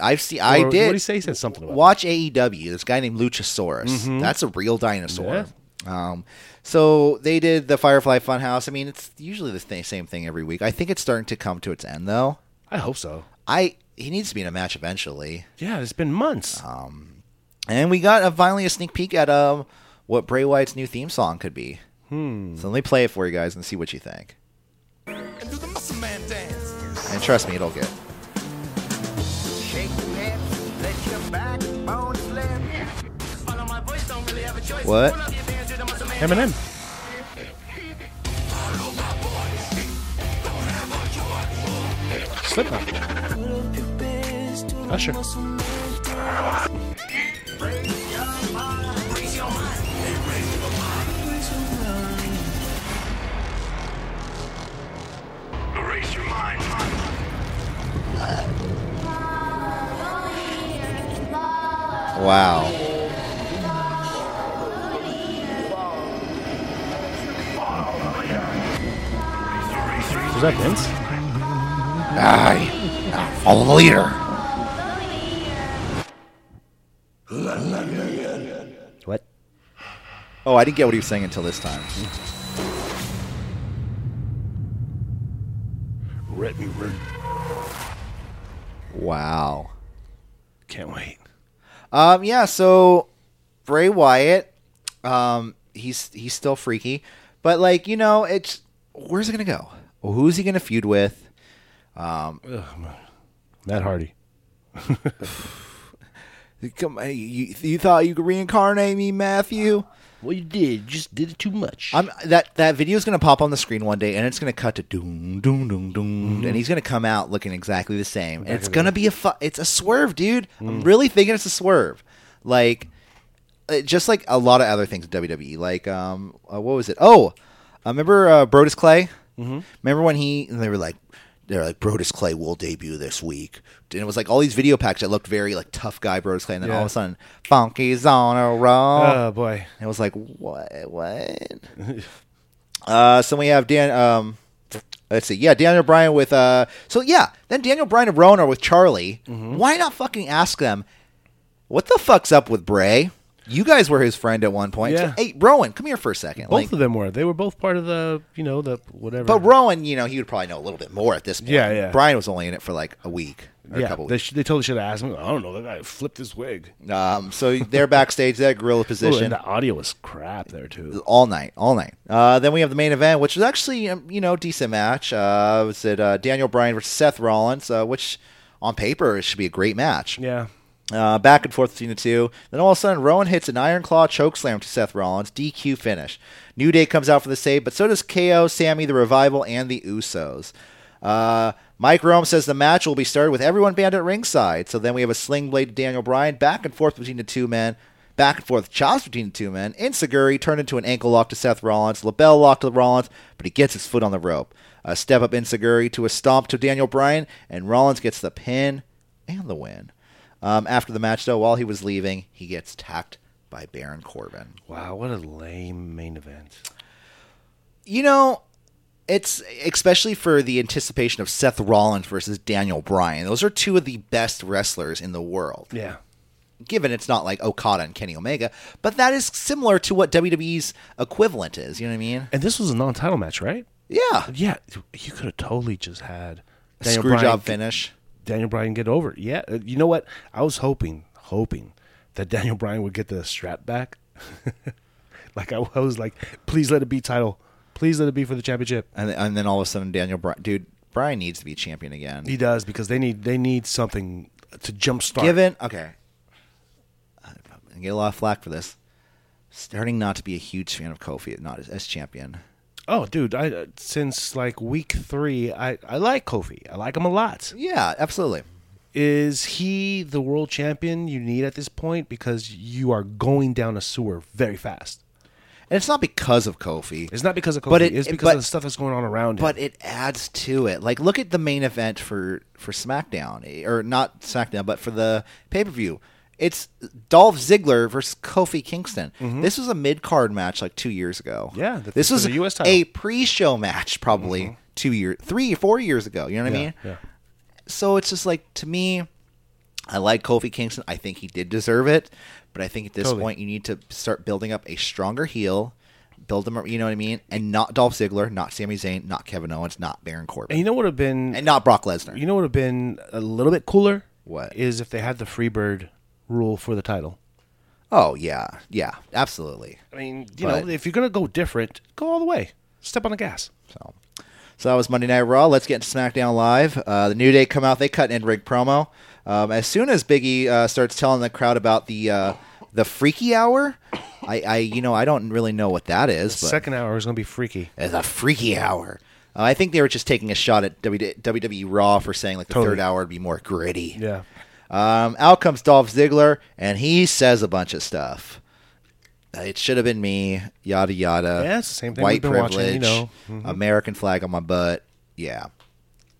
S2: I've seen. I
S3: Or
S2: did.
S3: What he say? He said something about. Mm-hmm.
S2: Watch AEW. This guy named Luchasaurus. That's a real dinosaur. Um, so they did the Firefly Funhouse. I mean, it's usually the th- same thing every week. I think it's starting to come to its end, though.
S3: I hope so.
S2: I he needs to be in a match eventually.
S3: Yeah, it's been months.
S2: And we got a, finally a sneak peek at um, what Bray Wyatt's new theme song could be. Hmm. So let me play it for you guys and see what you think.
S4: and do the muscle man dance.
S2: And trust me, it'll get.
S4: Shake your hips, let your backbone slip. Follow my voice, don't really have a choice.
S2: What?
S4: Pull up your pants, do the muscle man.
S3: Eminem. Slipknot. Usher.
S4: Erase your mind.
S2: Wow.
S3: Was that Vince?
S2: I, a leader.
S3: What?
S2: Oh, I didn't get what he was saying until this time.
S3: Red and red.
S2: Wow.
S3: Can't wait.
S2: Um, yeah. So Bray Wyatt, um, he's he's still freaky, but like you know, it's where's it gonna go? Who's he gonna feud with?
S3: Matt Hardy.
S2: Come, you, you thought you could reincarnate me, Matthew?
S3: Well, you did. Just did it too much.
S2: I'm that that video is gonna pop on the screen one day, and it's gonna cut to doom doom doom doom, and he's gonna come out looking exactly the same. And it's gonna be a fu- it's a swerve, dude. I'm really thinking it's a swerve, like uh, just like a lot of other things in WWE. Like uh, um, uh, what was it? Oh, I remember uh, Brodus Clay. Mm-hmm. Remember when he and they were like, they're like Brodus Clay will debut this week, and it was like all these video packs that looked very like tough guy Brodus Clay, and then all
S3: Yeah.
S2: of a sudden, Funky's on a roll.
S3: Oh boy.
S2: And it was like, what? What? uh, so we have Dan. Um, let's see. Yeah, Daniel Bryan with. Uh, so yeah, then Daniel Bryan and Rowan are with Charlie.
S3: Mm-hmm.
S2: Why not fucking ask them? What the fuck's up with Bray? You guys were his friend at one point.
S3: Yeah.
S2: So, hey, Rowan, come here for a second.
S3: Both
S2: Like,
S3: of them were. They were both part of the, you know, the whatever.
S2: but Rowan, you know, he would probably know a little bit more at this point.
S3: Yeah, yeah.
S2: Bryan was only in it for like a week or a
S3: yeah,
S2: couple
S3: they,
S2: weeks.
S3: sh- they totally should have asked me. I don't know. That guy flipped his wig.
S2: um, so
S3: (laughs)
S2: they're backstage, they're gorilla
S3: Ooh,
S2: position.
S3: and the audio was crap there too.
S2: all night, all night. Uh, then we have the main event, which is actually um, you know decent match. Uh, was it uh, Daniel Bryan versus Seth Rollins, uh, which on paper it should be a great match.
S3: Yeah.
S2: Uh, back and forth between the two. Then all of a sudden, Rowan hits an Iron Claw chokeslam to Seth Rollins, DQ finish. New Day comes out for the save, but so does KO, Sammy, the Revival, and the Usos. Uh, Mike Rome says the match will be started with everyone banned at ringside. So then we have a sling blade to Daniel Bryan, back and forth between the two men. Back and forth chops between the two men. Insiguri turned into an ankle lock to Seth Rollins, label lock to Rollins, but he gets his foot on the rope. A step up Insiguri to a stomp to Daniel Bryan, and Rollins gets the pin and the win. Um, after the match, though, while he was leaving, he gets attacked by Baron Corbin.
S3: Wow, what a lame main event.
S2: You know, it's especially for the anticipation of Seth Rollins versus Daniel Bryan. Those are two of the best wrestlers in the world.
S3: Yeah.
S2: Given it's not like Okada and Kenny Omega, but that is similar to what WWE's equivalent is. You know what I mean?
S3: And this was a non-title match, right?
S2: Yeah.
S3: Yeah, you could have totally just had Daniel
S2: Screw
S3: Bryan
S2: job
S3: get-
S2: finish.
S3: Daniel Bryan get over. it. Yeah, uh, you know what? I was hoping, hoping that Daniel Bryan would get the strap back. (laughs) like I was like, please let it be title. Please let it be for the championship.
S2: And, and then all of a sudden, Daniel Bryan. Dude, Bryan needs to be champion again.
S3: He does because they need they need something to jumpstart.
S2: Given okay, I get a lot of flack for this. Starting not to be a huge fan of Kofi, not as, as champion.
S3: Oh, dude! I uh, since like week three, I I like Kofi. I like him a lot.
S2: Yeah, absolutely.
S3: Is he the world champion you need at this point? Because you are going down a sewer very fast.
S2: And it's not because of Kofi,
S3: It's not because of Kofi.
S2: But it-
S3: it's
S2: it-
S3: because
S2: but-
S3: of the stuff that's going on around him.
S2: but it adds to it. Like, look at the main event for for SmackDown, eh, or not SmackDown, but for the pay per view. It's Dolph Ziggler versus Kofi Kingston. This was a mid card match like two years ago.
S3: Mm-hmm. Yeah, the-
S2: this
S3: for
S2: was
S3: the US title. Mm-hmm.
S2: a pre show match probably two years, three, four years ago. You know what
S3: yeah,
S2: I mean?
S3: yeah.
S2: so it's just like to me i like kofi kingston i think he did deserve it but i think at this
S3: Totally.
S2: point you need to start building up a stronger heel build them up you know what i mean and not dolph ziggler not Sami Zayn, not kevin owens not baron corbin
S3: And you know what would have been
S2: and not brock lesnar
S3: you know what would have been a little bit cooler?
S2: What?
S3: is if they had the freebird rule for the title?
S2: oh yeah yeah absolutely
S3: I mean, you
S2: But-
S3: know, if you're gonna go different, go all the way. Step on the gas.
S2: So, so that was Monday Night Raw. Let's get into SmackDown Live. Uh, the New Day come out. They cut an in-ring promo. Um, as soon as Biggie uh, starts telling the crowd about the uh, the Freaky Hour, I, I you know I don't really know what that is. But
S3: Second hour is gonna be freaky.
S2: it's a Freaky Hour. Uh, I think they were just taking a shot at WD- WWE E Raw for saying like the
S3: Totally.
S2: third hour would be more gritty.
S3: Yeah.
S2: Um, out comes Dolph Ziggler, and he says a bunch of stuff. Uh, It should have been me. Yada yada.
S3: Yeah, it's the same thing
S2: White
S3: we've been
S2: privilege.
S3: watching, you know. Mm-hmm.
S2: American flag on my butt. Yeah.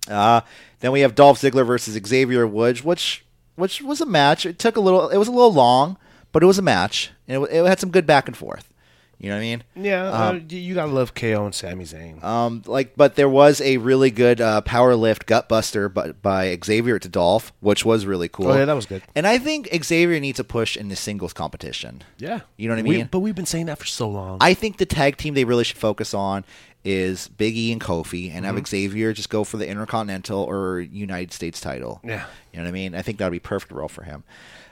S2: Uh, then we have Dolph Ziggler versus Xavier Woods, which which was a match. It took a little. It was a little long, but it was a match, and it, wa- it had some good back and forth. You know what I mean?
S3: Yeah, uh, y- you gotta love KO and Sami Zayn.
S2: Um, like, but there was a really good uh, power lift gut buster by, by Xavier to Dolph, which was really cool.
S3: Oh, yeah, that was good.
S2: And I think Xavier needs a push in the singles competition.
S3: yeah,
S2: you know what I
S3: We-
S2: mean?
S3: but we've been saying that for so long.
S2: I think the tag team they really should focus on is Big E and Kofi, and
S3: Mm-hmm.
S2: have Xavier just go for the Intercontinental or United States title.
S3: Yeah.
S2: you know what I mean. I think that'd be a perfect role for him.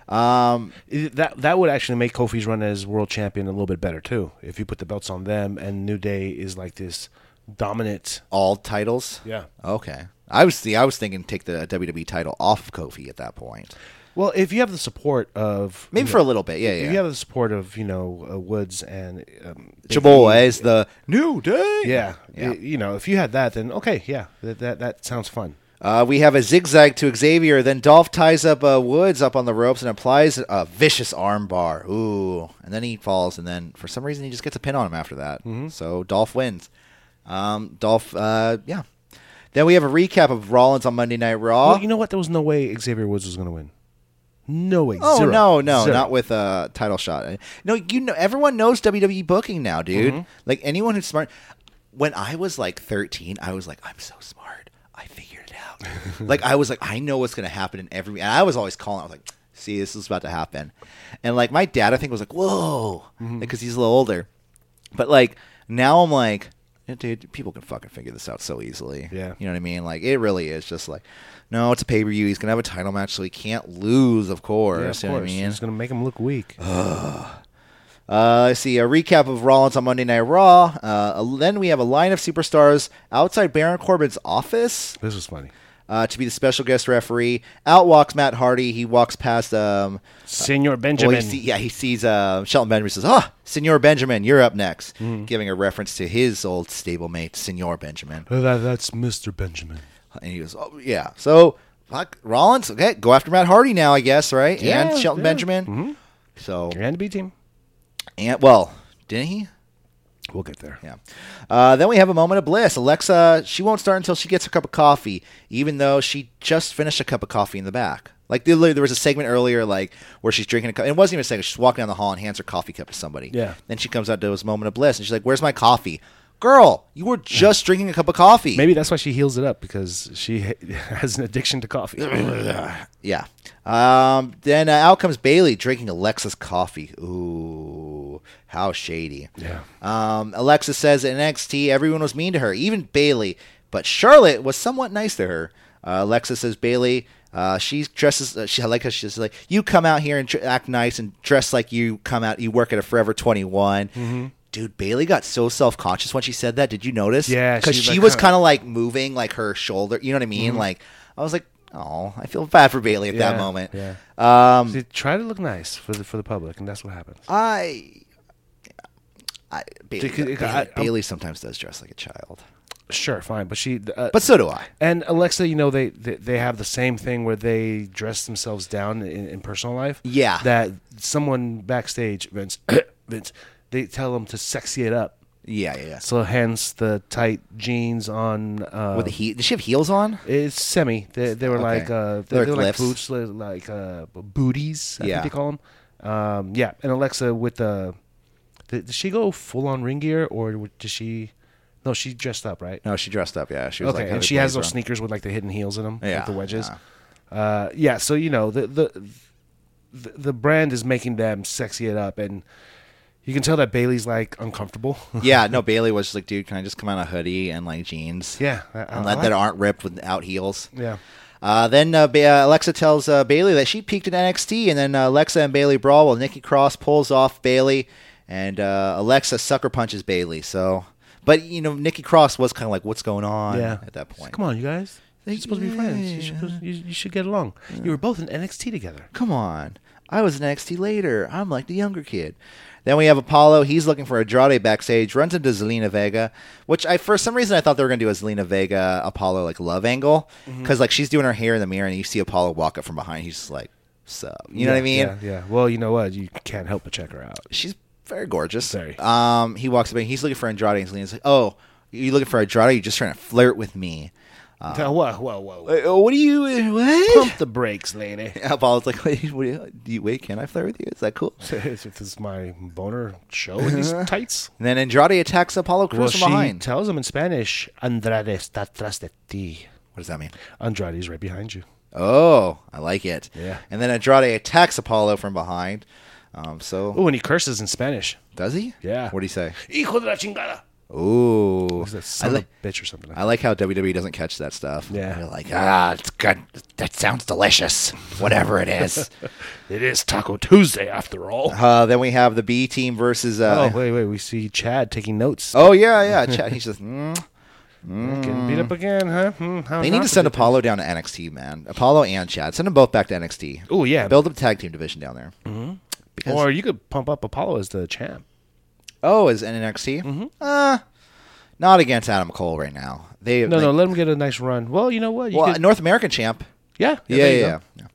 S2: Um,
S3: that that would actually make Kofi's run as world champion a little bit better too. If you put the belts on them and New Day is like this dominant.
S2: all titles.
S3: Yeah.
S2: Okay. I was see. I was thinking take the WWE title off of Kofi at that point,
S3: Well, if you have the support of
S2: maybe for a little bit. Yeah, yeah.
S3: If you have the support of you know uh, Woods and um, Big
S2: Chaboy
S3: E,
S2: is the new day.
S3: yeah,
S2: eh? Yeah.
S3: i- you know, if you had that, then okay, yeah, that that, that sounds fun.
S2: Uh, we have a zigzag to Xavier. Then Dolph ties up uh, Woods up on the ropes and applies a vicious armbar. Ooh. And then he falls. And then for some reason, he
S3: Mm-hmm.
S2: just gets a pin on him after that. So Dolph wins. Um, Dolph, uh, yeah. Then we have a recap of Rollins on Monday Night Raw.
S3: Well, you know what? There was no way Xavier Woods was going to win. No way.
S2: Oh
S3: Zero.
S2: no, no,
S3: Zero.
S2: not with a title shot. No, you know everyone knows WWE booking now, dude.
S3: Mm-hmm.
S2: Like anyone who's smart. When I was like 13, I was like, I'm so smart. I figured it
S3: (laughs)
S2: out. like I was like, I know what's gonna happen in every. And I was always calling. I was like, see, this is about to happen. And like my dad, I think was like, whoa,
S3: Mm-hmm.
S2: because he's a little older. But like now, I'm like, eh, dude, people can fucking figure this out so easily.
S3: Yeah.
S2: you know what I mean? Like it really is just like. No, it's a pay per view. He's gonna have a title match, so he can't lose, of course.
S3: Yeah, of
S2: You know what I
S3: course.
S2: mean?
S3: It's going to make him look weak.
S2: Uh, I see a recap of Rollins on Monday Night Raw. Uh, then we have a line of superstars outside Baron Corbin's office
S3: this was funny.
S2: uh, to be the special guest referee. Out walks Matt Hardy. He walks past. Um,
S3: Senor
S2: well,
S3: Benjamin.
S2: he see, yeah, he sees uh, Shelton Benjamin. Says, "Ah, Senor Benjamin, you're up next,"
S3: Mm-hmm.
S2: giving a reference to his old stablemate, Senor Benjamin.
S3: Oh, that- that's Mr. Benjamin.
S2: And he goes, "Oh, yeah." So fuck, Rollins, okay, go after Matt Hardy now, I guess, right?
S3: Yeah,
S2: and Shelton
S3: yeah. Mm-hmm.
S2: Benjamin. So
S3: And the B team.
S2: and well, didn't he?
S3: We'll get there.
S2: Yeah. Uh, then we have a moment of bliss. Alexa, she won't start until she gets her cup of coffee, even though she just finished a cup of coffee in the back. Like the, there was a segment earlier, like where she's drinking a cup. It wasn't even a segment. She's walking down the hall and hands her coffee cup to somebody.
S3: Yeah.
S2: Then she comes out to this moment of bliss, and she's like, "Where's my coffee, girl? You were just drinking a cup of coffee."
S3: Maybe that's why she heals it up because she (laughs) ha- has an addiction to coffee.
S2: (clears throat) Yeah. Um, then uh, out comes Bailey drinking Alexa's coffee. Ooh, how shady.
S3: Yeah.
S2: Um, Alexa says in NXT, everyone was mean to her, even Bailey, but Charlotte was somewhat nice to her. Uh, Alexa says Bailey. Uh, she dresses. Uh, she, I like how she's like, you come out here and tr- act nice and dress like you come out. You work at a Forever Twenty
S3: Mm-hmm.
S2: Dude, Bailey got so self conscious when she said that. Did you notice?
S3: Yeah,
S2: because
S3: she,
S2: she,
S3: like,
S2: was
S3: kinda- Mm-hmm.
S2: kind of like moving like her shoulder. You know what I mean? Like I was like, oh, I feel bad for Bailey at that
S3: Yeah,
S2: moment.
S3: yeah.
S2: Um, Uh,
S3: She tried to look nice for the for the public, and that's what happens.
S2: I, I Bailey,
S3: Because- because
S2: Bailey-
S3: I- I'm-
S2: Bailey sometimes does dress like a child,
S3: Sure, fine, but she. Uh,
S2: but so do I.
S3: and Alexa, you know they, they they have the same thing where they dress themselves down in, in personal life.
S2: Yeah.
S3: that someone backstage, Vince, (coughs) Vince, they tell them to sexy it up.
S2: Yeah, yeah. yeah.
S3: So hence the tight jeans on. Uh,
S2: With the heat, did she have heels on?
S3: It's semi. They, they were
S2: Okay.
S3: like uh, they,
S2: They're
S3: they were like
S2: glyphs.
S3: boots, li- like uh, b- booties. I
S2: Yeah.
S3: think they call them. Um, yeah, and Alexa with the. Did, did she go full on ring gear or w- did she? No, she dressed up, right?
S2: No, she dressed up. Yeah, she was
S3: okay,
S2: like,
S3: and she has those sneakers with like the hidden heels in them,
S2: Yeah,
S3: like the wedges. Uh, yeah, so you know the the the, the brand is making them sexy it up, and you can tell that Bailey's like uncomfortable. (laughs)
S2: yeah, no. Bailey was just like, dude, can I just come out in a hoodie and like jeans?
S3: yeah, I- I-
S2: and
S3: I
S2: that,
S3: like
S2: that
S3: it.
S2: aren't ripped without heels.
S3: yeah.
S2: Uh, then uh, ba- uh, Alexa tells uh, Bailey that she peaked in NXT, and then uh, Alexa and Bailey brawl while Nikki Cross pulls off Bailey, and uh, Alexa sucker punches Bailey. So, but you know, Nikki Cross was kind of like, "What's going on?"
S3: yeah.
S2: at that point.
S3: Come on, you guys. You're supposed to be friends. You should,
S2: Yeah.
S3: you, you should get along. You were both in NXT together.
S2: come on. I was an NXT later. I'm like the younger kid. Then we have Apollo. He's looking for Andrade backstage. Runs into Zelina Vega, which I for some reason I thought they were gonna do a Zelina Vega Apollo like love angle because like she's doing her hair in the mirror and you see Apollo walk up from behind. He's just like, "Sup?" You know what I mean?
S3: Yeah, yeah. Well, you know what? You can't help but check her out.
S2: She's very gorgeous.
S3: Very.
S2: Um, he walks up and he's looking for Andrade. And Zelina's like, "Oh, you looking for Andrade? You're just trying to flirt with me."
S3: Uh, whoa, whoa, whoa.
S2: Uh, oh, what are you? uh, What?
S3: Pump the brakes, lady.
S2: (laughs) Apollo's like, wait, what do you, do you wait? Can I flirt with you? Is that cool?
S3: this is my boner show
S2: (laughs)
S3: in these tights.
S2: And then Andrade attacks Apollo Crews
S3: Well,
S2: from
S3: she
S2: behind.
S3: tells him in Spanish, Andrade está tras de ti.
S2: what does that mean?
S3: Andrade's right behind you.
S2: Oh, I like it.
S3: Yeah.
S2: And then Andrade attacks Apollo from behind. Um, so
S3: Oh, and he curses in Spanish.
S2: does he?
S3: Yeah.
S2: What do you say?
S3: Hijo de la chingada.
S2: Ooh.
S3: He's a
S2: I,
S3: son
S2: li-
S3: of a bitch or something.
S2: I like how WWE doesn't catch that stuff.
S3: Yeah.
S2: They're like, ah, it's good. That sounds delicious. Whatever it
S3: (laughs)
S2: is.
S3: It is Taco Tuesday after all.
S2: uh, then we have the B team versus.
S3: Oh,
S2: Uh, oh.
S3: wait, wait. We see Chad taking notes.
S2: yeah, yeah. Chad,
S3: (laughs)
S2: he's just. Mm.
S3: Getting beat up again, huh? Hmm, how
S2: They need to
S3: not
S2: send
S3: be-
S2: Apollo down to NXT, man. Apollo and Chad. Send them both back to NXT.
S3: Ooh, yeah. Mm-hmm.
S2: Build up a tag team division down there. because-
S3: Or you could pump up Apollo as the champ.
S2: Oh, is in NXT?
S3: Mm-hmm.
S2: Uh, not against Adam Cole right now. They
S3: No,
S2: they-
S3: no, let him get a nice run. Well, you know what? You
S2: well,
S3: could-
S2: North American champ.
S3: yeah,
S2: Yeah, yeah,
S3: there you
S2: yeah.
S3: go.
S2: yeah.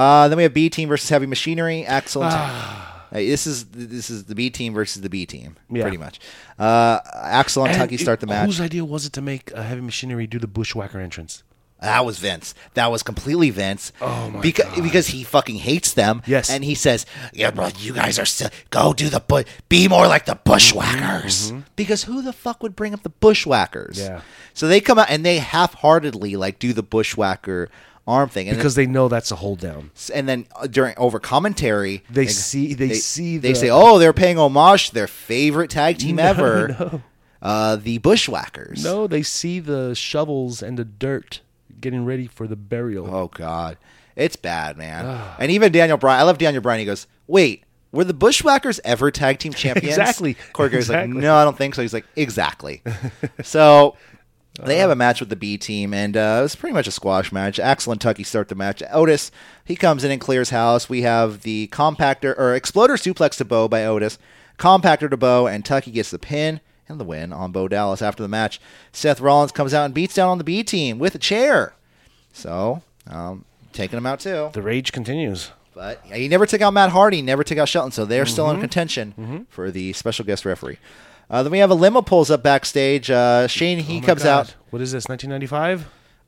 S2: Uh, then we have B Team versus Heavy Machinery. Axel. and Ty- Hey, this is this is the B team versus the B team,
S3: Ah. Yeah.
S2: pretty much. Uh, Axel and, Tucky
S3: it-
S2: start the match.
S3: Whose idea was it to make uh, heavy machinery do the bushwhacker entrance?
S2: That was Vince. That was completely Vince.
S3: Oh, my
S2: Beca-
S3: God.
S2: Because he fucking hates them.
S3: Yes.
S2: And he says, "Yeah, bro, you guys are still go do the bu- be more like the bushwhackers." Because who the fuck would bring up the bushwhackers?
S3: Mm-hmm, Yeah.
S2: So they come out and they half-heartedly like do the bushwhacker arm thing, and
S3: Because they know that's a hold down.
S2: and then uh, during over commentary
S3: They see- they see
S2: they
S3: the-
S2: say oh they're paying homage to their favorite tag team
S3: (laughs) No,
S2: ever
S3: no.
S2: Uh, the bushwhackers
S3: No, they see the shovels and the dirt getting ready for the burial.
S2: oh god it's bad man and even daniel bryan i love daniel bryan he goes wait were the bushwhackers ever tag
S3: (laughs)
S2: team champions
S3: Exactly.
S2: corey goes
S3: Exactly.
S2: like no i don't think so he's like exactly so they have a match with the B team, and uh, it was pretty much a squash match. Axel and Tucky start the match. Otis he comes in and clears house. We have the compactor or exploder suplex to Bo by Otis, compactor to Bo, and Tucky gets the pin and the win on Bo Dallas. After the match, Seth Rollins comes out and beats down on the B team with a chair. So um, taking him out too.
S3: The rage continues.
S2: But he never took out Matt Hardy, never took out Shelton, so they're still
S3: Mm-hmm.
S2: in contention for the special guest referee. Uh, then we have a limo pulls up backstage. Uh, Shane he
S3: Oh my
S2: comes
S3: God.
S2: out.
S3: What is this, 1995?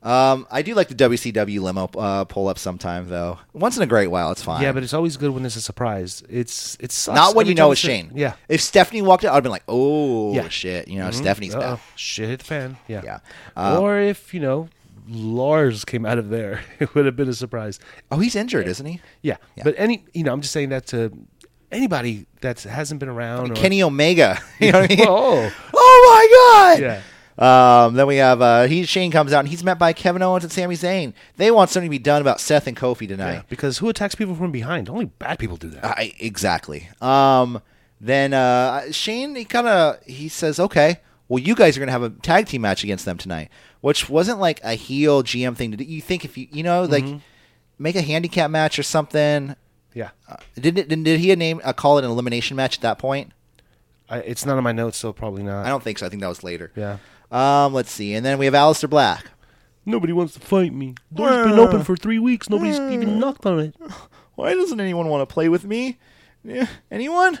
S2: Um, I do like the WCW limo uh, pull up sometime though. Once in a great while, it's fine.
S3: Yeah, but it's always good when it's a surprise. It's it's sucks.
S2: not when
S3: every
S2: you know
S3: time
S2: it's Shane.
S3: Yeah.
S2: If Stephanie walked out, I'd have been like, oh
S3: Yeah. Mm-hmm.
S2: shit, you know, Stephanie's
S3: Uh-oh.
S2: back.
S3: Shit hit the fan. Yeah.
S2: Yeah. Uh,
S3: or if, you know, Lars came out of there, (laughs) it would have been a surprise.
S2: Oh, he's injured, isn't he?
S3: Yeah. But any, you know, I'm just saying that to anybody that hasn't been around. or,
S2: Kenny Omega. (laughs) you know what I mean?
S3: Whoa.
S2: Oh my god.
S3: Yeah.
S2: Um, then we have uh, he Shane comes out and he's met by Kevin Owens and Sami Zayn. They want something to be done about Seth and Kofi tonight.
S3: Yeah, because who attacks people from behind? Only bad people do that.
S2: I, exactly. Um, then uh, Shane, he kind of he says, "Okay, well, you guys are gonna have a tag team match against them tonight," which wasn't like a heel GM thing to do. You think if you you know like make a handicap match or something?
S3: yeah.
S2: Uh, did it? Did, did he name uh, call it an elimination match at that point?
S3: I, it's not on my notes, so probably not.
S2: I don't think so. I think that was later.
S3: Yeah.
S2: Um, let's see, and then we have Alistair Black.
S3: Nobody wants to fight me. Door's been open for three weeks. Nobody's
S2: Mm.
S3: even knocked on it.
S2: Why doesn't anyone want to play with me? Yeah, anyone?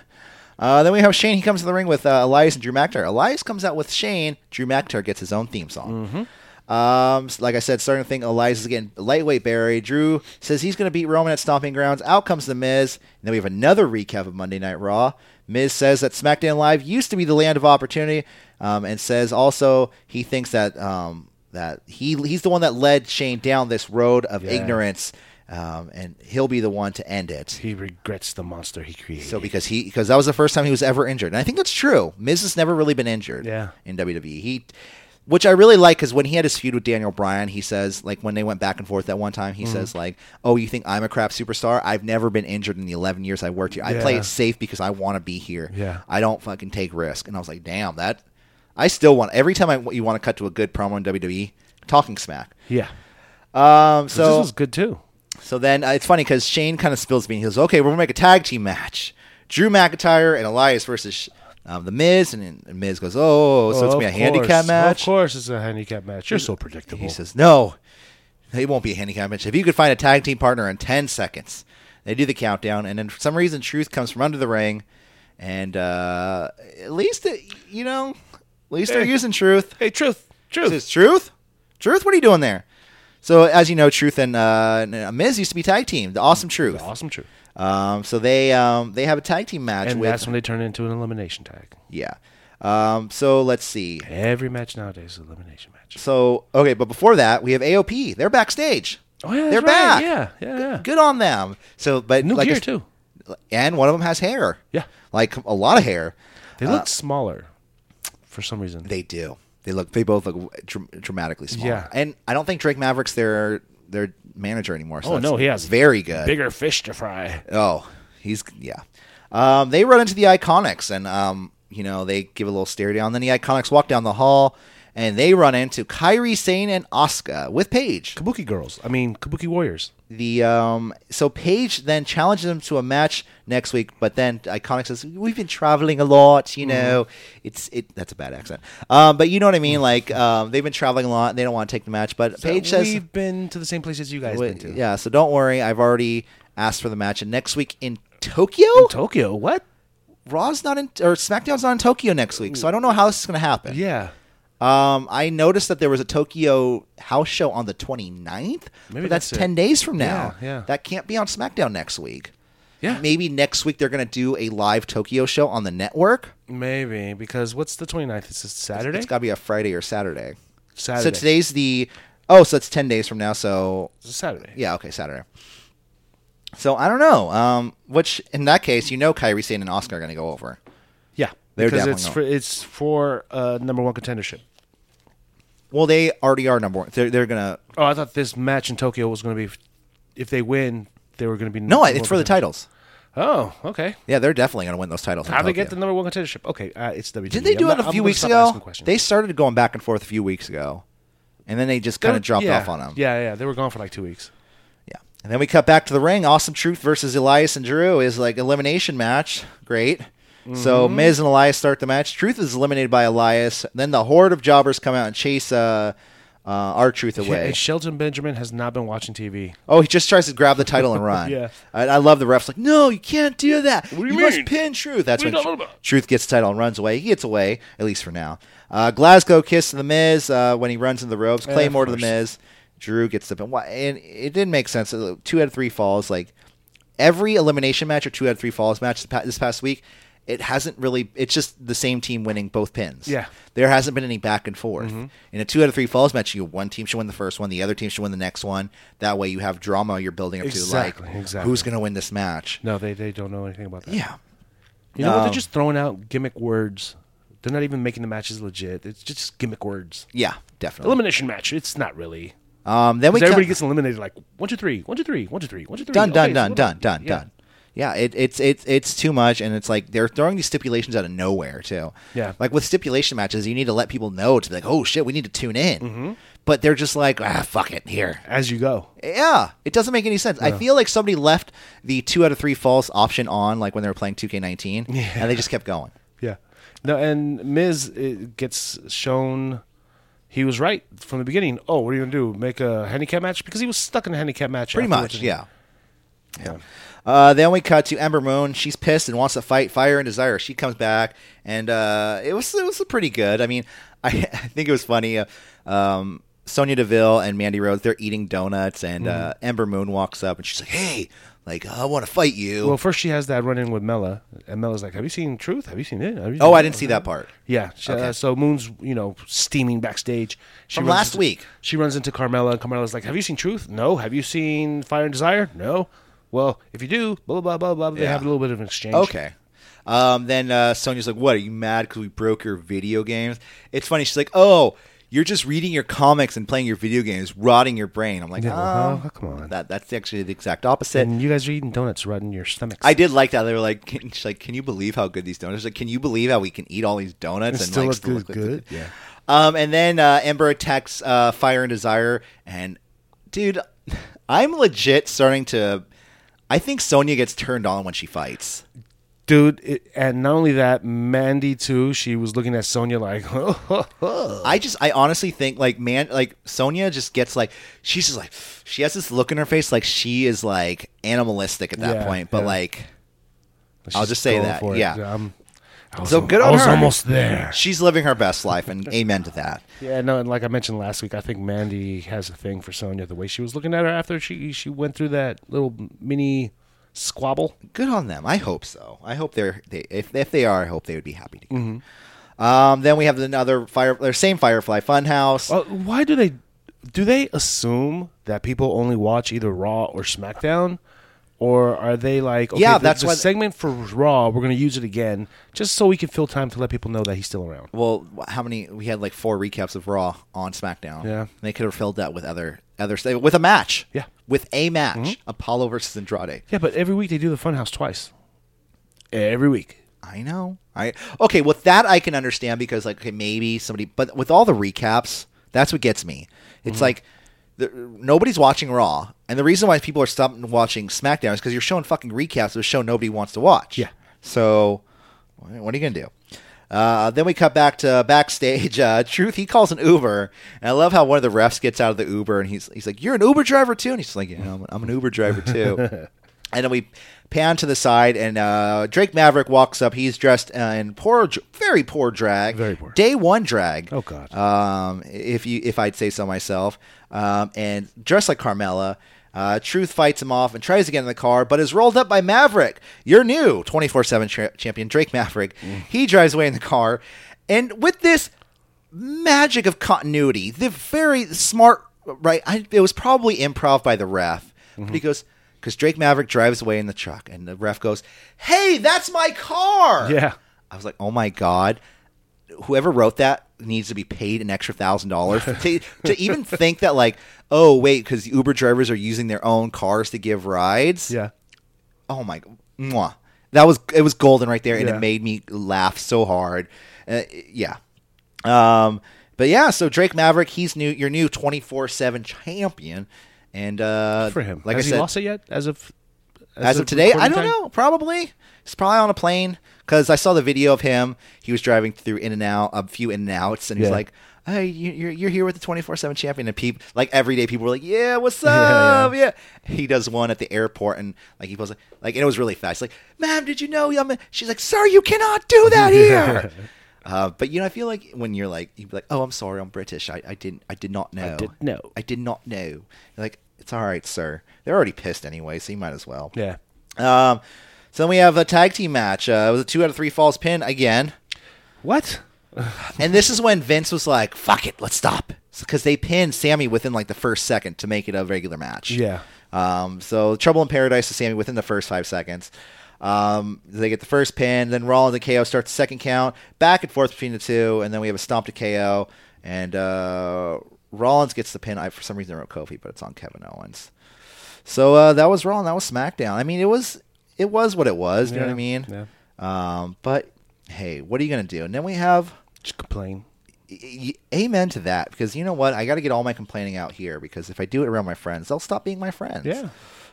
S2: Uh, then we have Shane. He comes to the ring with uh, Elias and Drew McIntyre. Elias comes out with Shane. Drew McIntyre gets his own theme song. Um, s- like I said, starting to think Elias is getting lightweight buried. Drew says he's going to beat Roman at Stomping Grounds. Out comes The Miz. And then we have another recap of Monday Night Raw. Miz says that SmackDown Live used to be the land of opportunity um, and says also he thinks that um, that he he's the one that led Shane down this road of ignorance um, and he'll be the one to end it.
S3: He regrets the monster he created.
S2: So because he because that was the first time he was ever injured, and I think that's true. Miz has never really been injured.
S3: Yeah.
S2: in WWE, he, which I really like, because when he had his feud with Daniel Bryan, he says like when they went back and forth that one time, he
S3: Mm-hmm.
S2: says like, "Oh, you think I'm a crap superstar? I've never been injured in the 11 years I worked here. I play
S3: Yeah.
S2: it safe because I want to be here.
S3: Yeah.
S2: I don't fucking take risk." And I was like, "Damn that." I still want every time I you want to cut to a good promo in WWE, talking smack.
S3: yeah.
S2: Um, so
S3: this was good too.
S2: so then uh, it's funny because Shane kind of spills me. He goes, "Okay, we're gonna make a tag team match: Drew McIntyre and Elias versus um, the Miz." And, and Miz goes, "Oh, so it's
S3: Well,
S2: gonna be a
S3: of
S2: handicap
S3: course.
S2: match."
S3: Of course, it's a handicap match. You're so predictable.
S2: He says, "No, it won't be a handicap match. If you could find a tag team partner in ten seconds, they do the countdown, and then for some reason, Truth comes from under the ring, and uh, at least it, you know, at least they're
S3: Hey.
S2: using Truth.
S3: "Hey, truth, truth."
S2: Says, Truth? Truth, what are you doing there?" So as you know, Truth and uh, and Miz used to be tag team. The Awesome Truth.
S3: awesome, truth.
S2: Um, so they um, they have a tag team match
S3: And
S2: with
S3: that's when they turn it into an elimination tag.
S2: yeah. Um, so let's see.
S3: Every match nowadays is an elimination match.
S2: So okay, but before that, we have AOP. They're backstage.
S3: Oh, yeah, that's
S2: they're
S3: right.
S2: back.
S3: Yeah, yeah, yeah.
S2: Good on them. So, but
S3: New
S2: like I
S3: gear
S2: s-
S3: too.
S2: and one of them has hair.
S3: Yeah.
S2: like a lot of hair.
S3: They look smaller for some reason.
S2: They do. They look. They both look dr- dramatically small.
S3: Yeah.
S2: and I don't think Drake Maverick's their their manager anymore. So
S3: oh
S2: that's
S3: no, he has
S2: very good.
S3: bigger fish to fry.
S2: Oh, he's yeah. Um, they run into the Iconics, and um, you know they give a little stare down. Then the Iconics walk down the hall, and they run into Kyrie Sane and Asuka with Paige.
S3: Kabuki girls. I mean, Kabuki warriors.
S2: The um, so Paige then challenges them to a match next week, but then Iconics says we've been traveling a lot.
S3: Mm-hmm.
S2: You know, it's it. That's a bad accent. Um, but you know what I mean. Like um, they've been traveling a lot. They don't want to take the match, but Paige
S3: We've
S2: says
S3: been to the same places you guys
S2: Wait,
S3: been to.
S2: Yeah, so don't worry. I've already asked for the match, and next week in Tokyo?
S3: In Tokyo, what?
S2: Raw's not in or SmackDown's not in Tokyo next week, so I don't know how this is going to happen.
S3: Yeah.
S2: Um, I noticed that there was a Tokyo house show on the 29th.
S3: Maybe
S2: but that's,
S3: that's it.
S2: 10 days from now.
S3: Yeah, yeah.
S2: That can't be on SmackDown next week.
S3: Yeah.
S2: Maybe next week they're going to do a live Tokyo show on the network.
S3: Maybe because what's the 29th? It's just Saturday.
S2: It's got to be a Friday or Saturday.
S3: Saturday.
S2: So today's the Oh, so it's 10 days from now, so
S3: It's a Saturday.
S2: yeah, okay, Saturday. So I don't know. Um, which in that case, you know Kyrie Sane and Oscar are going to go over.
S3: Yeah.
S2: They're
S3: because
S2: definitely
S3: it's
S2: not.
S3: for it's for uh, number one contendership.
S2: Well, they already are number one. They're, they're going to
S3: Oh, I thought this match in Tokyo was going to be if they win, they were going to be
S2: No,
S3: number
S2: it's
S3: one
S2: for the
S3: contender.
S2: titles.
S3: Oh, okay.
S2: Yeah, they're definitely going to win those titles. in
S3: How they
S2: Tokyo.
S3: get the number one contendership? Okay, uh, it's WWE.
S2: Didn't they
S3: I'm
S2: do
S3: not-
S2: it a
S3: I'm
S2: few
S3: gonna
S2: weeks
S3: stop asking
S2: ago?
S3: questions.
S2: They started going back and forth a few weeks ago, and then they just kind
S3: They
S2: of
S3: were-
S2: dropped
S3: yeah,
S2: off on them.
S3: Yeah, yeah, they were gone for like two weeks.
S2: Yeah. And then we cut back to the ring. Awesome Truth versus Elias and Drew is like elimination match. Great. So
S3: Mm-hmm.
S2: Miz and Elias start the match. Truth is eliminated by Elias. Then the horde of jobbers come out and chase uh, uh, our Truth away.
S3: And Shelton Benjamin has not been watching TV.
S2: Oh, he just tries to grab the title
S3: (laughs)
S2: and run.
S3: Yeah.
S2: I, I love the refs like, no, you can't do that.
S3: do you
S2: must
S3: mean?
S2: pin Truth. That's
S3: What are you
S2: when
S3: talking about?
S2: Truth gets the title and runs away. He gets away, at least for now. Uh, Glasgow kiss to the Miz uh, when he runs in the ropes.
S3: of
S2: Claymore to the
S3: course.
S2: Miz. Drew gets the pin. Why- And it didn't make sense. Uh, Two out of three falls. Like every elimination match or two out of three falls match this pa- this past week, it hasn't really. It's just the same team winning both pins.
S3: Yeah. Mm-hmm.
S2: There hasn't been any back and forth. In a two out of three falls match, you one team should win the first one, the other team should win the next one. That way, you have drama you're building up
S3: Exactly,
S2: to, like
S3: exactly.
S2: who's going to win this match.
S3: No, they they don't know anything about that.
S2: Yeah,
S3: You know what?
S2: Um,
S3: They're just throwing out gimmick words. They're not even making the matches legit. It's just gimmick words.
S2: yeah, definitely.
S3: Elimination match. It's not really.
S2: Um, then we
S3: 'Cause everybody
S2: cut-
S3: gets eliminated like one, two, three, one, two, three, one, two, three, one, two, three.
S2: done,
S3: Okay,
S2: done,
S3: so
S2: done,
S3: what
S2: done,
S3: about-
S2: done,
S3: yeah.
S2: done. Yeah, it, it's it's it's too much, and it's like they're throwing these stipulations out of nowhere too.
S3: Yeah.
S2: like with stipulation matches, you need to let people know to be like, oh shit, we need to tune in.
S3: Mm-hmm.
S2: But they're just like, ah, fuck it, here.
S3: As you go.
S2: Yeah, it doesn't make any sense. I feel like somebody left the two out of three false option on, like when they were playing
S3: (laughs)
S2: 2K19, and they just kept going.
S3: Yeah. No, and Miz it gets shown he was right from the beginning. Oh, what are you gonna do? Make a handicap match because he was stuck in a handicap match.
S2: Pretty
S3: afterwards.
S2: much, yeah.
S3: Yeah.
S2: Uh, then we cut to Ember Moon. She's pissed and wants to fight Fire and Desire. She comes back, and uh, it was it was pretty good. I mean, (laughs) I, I think it was funny. Uh, um, Sonia Deville and Mandy Rhodes they're eating donuts, and uh,
S3: Mm-hmm.
S2: Ember Moon walks up and she's like, "Hey, like I want to fight you."
S3: Well, first she has that run in with Mela, and Mela's like, "Have you seen Truth? Have you seen it? Have you
S2: oh,
S3: seen
S2: I
S3: it?"
S2: didn't see that part.
S3: Yeah. she-
S2: Okay.
S3: uh, so Moon's, you know, steaming backstage. She
S2: From
S3: runs
S2: last
S3: into-
S2: week.
S3: She runs into Carmella, and Carmella's like, "Have you seen Truth? No. Have you seen Fire and Desire? No. Well, if you do, blah blah blah blah." blah. They
S2: Yeah.
S3: have a little bit of an exchange.
S2: Okay. Um, then uh, Sonya's like, "What? Are you mad because we broke your video games?" It's funny. She's like, "Oh, you're just reading your comics and playing your video games, rotting your brain." I'm like,
S3: Yeah, well,
S2: um,
S3: huh? Come on.
S2: That that's actually the exact opposite.
S3: And you guys are eating donuts right in your stomachs.
S2: I did like that. They were like, can, she's like, "Can you believe how good these donuts?" are? Like, can you believe how we can eat all these donuts
S3: And still
S2: like,
S3: look good- good? Yeah.
S2: Um, and then uh, Ember attacks uh, Fire and Desire, and dude, I'm legit starting to. I think Sonya gets turned on when she fights.
S3: dude it, and not only that mandy too she was looking at sonia like (laughs)
S2: I just, I honestly think like, man, like Sonia just gets like, she's just like, she has this look in her face, like she is like animalistic at that
S3: Yeah,
S2: point. But
S3: yeah.
S2: like,
S3: She's
S2: I'll just say
S3: going
S2: that,
S3: for it.
S2: yeah.
S3: Um, I was,
S2: So
S3: al-
S2: good
S3: I
S2: on
S3: was
S2: her.
S3: almost there
S2: she's living her best life,
S3: (laughs)
S2: and amen to that.
S3: yeah no and like i mentioned last week i think mandy has a thing for sonia the way she was looking at her after she she went through that little mini squabble
S2: Good on them. I hope so. I hope they're they if if they are, I hope they would be happy to. Go.
S3: Mm-hmm.
S2: Um, then we have another fire, or same Firefly Funhouse.
S3: uh, why do they do they assume that people only watch either raw or smackdown or are they like okay,
S2: Yeah,
S3: the,
S2: that's
S3: the
S2: why-
S3: segment for raw we're going to use it again just so we can fill time to let people know that he's still around
S2: Well, wh- how many? We had like four recaps of Raw on SmackDown.
S3: Yeah.
S2: they could have filled that with other other st- with a match.
S3: Yeah. Mm-hmm.
S2: with a match, Apollo versus Andrade.
S3: Yeah, but every week they do the Funhouse twice. Every week.
S2: I know. I okay with that I can understand because like okay maybe somebody but with all the recaps that's what gets me. It's like the, nobody's watching Raw, and the reason why people are stopping watching SmackDown is because you're showing fucking recaps of a show nobody wants to watch.
S3: Yeah.
S2: So what are you gonna do? Uh, then we cut back to backstage. Uh, Truth, he calls an Uber, and I love how one of the refs gets out of the Uber, and he's he's like, "You're an Uber driver too," and he's like, "Yeah, I'm, I'm an Uber driver too." and then we pan to the side, and uh, Drake Maverick walks up. He's dressed uh, in poor, dr- very poor drag,
S3: Very poor.
S2: day one drag.
S3: Oh, God.
S2: Um, if you, if I'd say so myself, um, and dressed like Carmella. Uh, Truth fights him off and tries to get in the car, but is rolled up by Maverick, your new 24 7 champion, Drake Maverick.
S3: Mm.
S2: He drives away in the car. And with this magic of continuity. The very smart, right? I, it was probably improv by the ref.
S3: Mm-hmm.
S2: But he goes, because Drake Maverick drives away in the truck, and the ref goes, "Hey, that's my car."
S3: Yeah.
S2: I was like, "Oh my god!" Whoever wrote that needs to be paid an extra thousand
S3: (laughs)
S2: dollars to to even think that, like, oh wait, because Uber drivers are using their own cars to give rides.
S3: Yeah.
S2: Oh my, mwah. that was it was golden right there, and
S3: Yeah.
S2: it made me laugh so hard. Uh, yeah, um, but yeah, so Drake Maverick, he's new, your new twenty four seven champion, and uh,
S3: Good for him.
S2: like
S3: Has
S2: I
S3: he
S2: said,
S3: lost it yet? As of
S2: as of today, I
S3: recording
S2: don't
S3: time?
S2: know. Probably he's probably on a plane because I saw the video of him. He was driving through in and out, a few in and outs, and he's
S3: Yeah.
S2: like. Hey, you- you're you're here with the twenty four seven champion, and people like every day people were like, "Yeah, what's
S3: yeah.
S2: up? Yeah, He does one at the airport, and like he was like, like and it was really fast. Like, ma'am, did you know? I'm a-" She's like, sir, you cannot do that here. uh, but you know, I feel like when you're like, you'd be like, oh, I'm sorry, I'm British. I, I didn't, I did not know.
S3: didn't know.
S2: I did not know. You're like, it's all right, sir. They're already pissed anyway, so you might as well.
S3: Yeah.
S2: Um, so then we have a tag team match. Uh, it was a two out of three falls pin again.
S3: What?
S2: And this is when Vince was like, fuck it, let's stop. Because they pinned Sammy within like the first second to make it a regular match.
S3: Yeah.
S2: Um, so Trouble in Paradise to Sammy within the first five seconds. Um, they get the first pin. Then Rollins and KO start the second count. Back and forth between the two. And then we have a stomp to KO. And uh, Rollins gets the pin. I, for some reason, I wrote Kofi, but it's on Kevin Owens. So uh, that was Raw and that was SmackDown. I mean, it was it was what it was. You know what I
S3: Yeah,
S2: mean?
S3: yeah.
S2: Um, but hey, what are you gonna do? And then we have
S3: Just complain.
S2: y- amen to that because you know what i got to get all my complaining out here because if i do it around my friends they'll stop being my friends
S3: Yeah.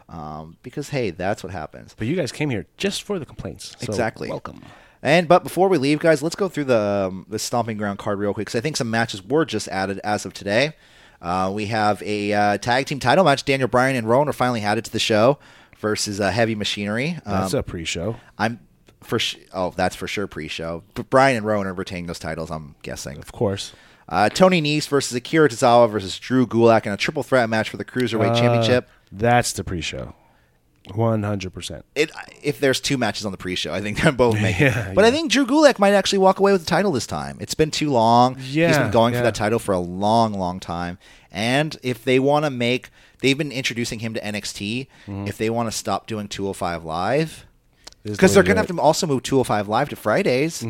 S2: um, because hey that's what happens
S3: But you guys came here just for the complaints. So
S2: exactly
S3: Welcome.
S2: and but before we leave guys let's go through the um, the stomping ground card real quick because i think some matches were just added as of today uh, we have a uh, tag team title match daniel bryan and rowan are finally added to the show versus uh, heavy machinery um,
S3: That's a pre-show.
S2: i'm for sh- oh that's for sure pre-show but bryan and rowan are retaining those titles i'm guessing
S3: Of course.
S2: Uh, Tony Nese versus Akira Tozawa versus Drew Gulak in a triple threat match for the Cruiserweight Championship.
S3: That's the pre-show. One hundred percent.
S2: It, if there's two matches on the pre-show, I think they're both making.
S3: (laughs) Yeah,
S2: it. but I think Drew Gulak might actually walk away with the title this time. It's been too long. he's
S3: Yeah,
S2: been going
S3: yeah.
S2: for that title for a long, long time. And if they want to make, they've been introducing him to NXT. If they want to stop doing 205 Live,
S3: Mm-hmm. This is
S2: because
S3: the
S2: they're
S3: way to
S2: going to
S3: do Mm-hmm.
S2: have to also move 205 live to fridays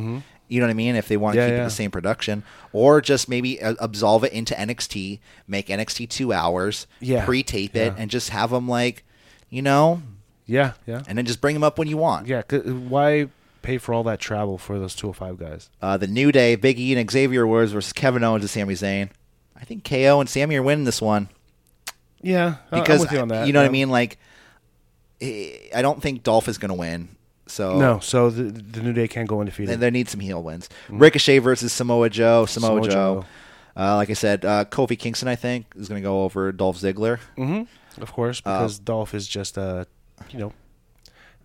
S2: you know what i mean if they want to
S3: Yeah,
S2: keep it
S3: yeah.
S2: the same production or just maybe uh, absolve it into nxt make nxt two hours
S3: Yeah.
S2: pre-tape it
S3: Yeah.
S2: and just have them like you know
S3: Yeah, yeah,
S2: and then just bring them up when you want
S3: yeah. 'cause Why pay for all that travel for those two hundred five guys?
S2: uh, the new day big e and xavier woods versus kevin owens and Sami Zayn. i think ko and sammy are winning this one
S3: Yeah, I- Uh, I'm
S2: because
S3: with you on that.
S2: know what i
S3: Yeah.
S2: mean like eh, i don't think dolph is going to win so
S3: No, so the, the new day can't go
S2: They,
S3: undefeated.
S2: they need some heel wins. Ricochet versus Samoa Joe. Samoa,
S3: Samoa
S2: Joe.
S3: Joe.
S2: Uh, like I said, uh, Kofi Kingston, I think, is going to go over Dolph Ziggler.
S3: Mm. of course,
S2: Uh,
S3: because Dolph is just uh, you know,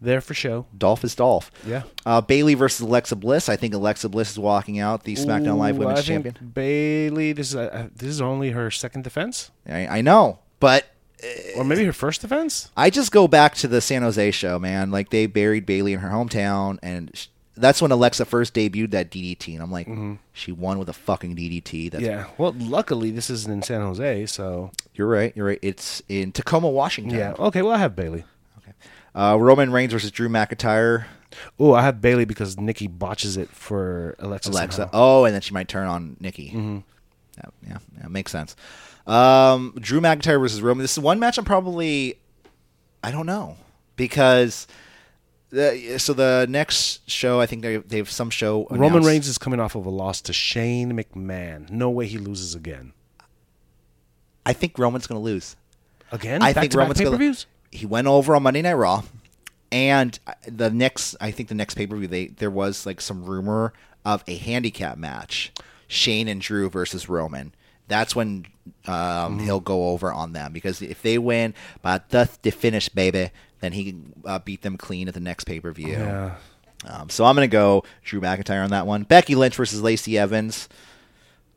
S3: there for show.
S2: Dolph is Dolph.
S3: Yeah.
S2: Uh, Bailey versus Alexa Bliss. I think Alexa Bliss is walking out the SmackDown Live
S3: Ooh,
S2: Women's
S3: I think
S2: Champion.
S3: Bailey. This is uh, this is only her second defense,
S2: I, I know, but Eh.
S3: or maybe her first defense.
S2: I just go back to the San Jose show, man. Like they buried Bailey in her hometown, and sh- that's when Alexa first debuted that DDT, and I'm like, she won with a fucking DDT. That's,
S3: Mm-hmm. Yeah. Well, luckily this isn't in San Jose, so
S2: You're right. You're right. It's in Tacoma, Washington.
S3: yeah. Okay. Well, I have Bailey.
S2: Okay. Uh, Roman Reigns versus Drew McIntyre.
S3: Oh, I have Bailey because Nikki botches it for Alexa.
S2: Alexa.
S3: somehow.
S2: Oh, and then she might turn on Nikki.
S3: Mm-hmm.
S2: Yeah, yeah, yeah, makes sense. Um, Drew McIntyre versus Roman. This is one match I'm probably, I don't know, because the, so the next show I think they they have some show.
S3: Roman
S2: announced-
S3: Reigns is coming off of a loss to Shane McMahon. No way he loses again.
S2: I think Roman's going to lose.
S3: Again?
S2: I think Roman's
S3: pay per
S2: going
S3: views.
S2: to. He went over on Monday Night Raw, and uh, the next I think the next pay per view they there was like some rumor of a handicap match, Shane and Drew versus Roman. That's when um, he'll go over on them because if they win, but that's the finish, baby. Then he uh, beat them clean at the next pay per view.
S3: Yeah.
S2: Um, so I'm going to go Drew McIntyre on that one. Becky Lynch versus Lacey Evans.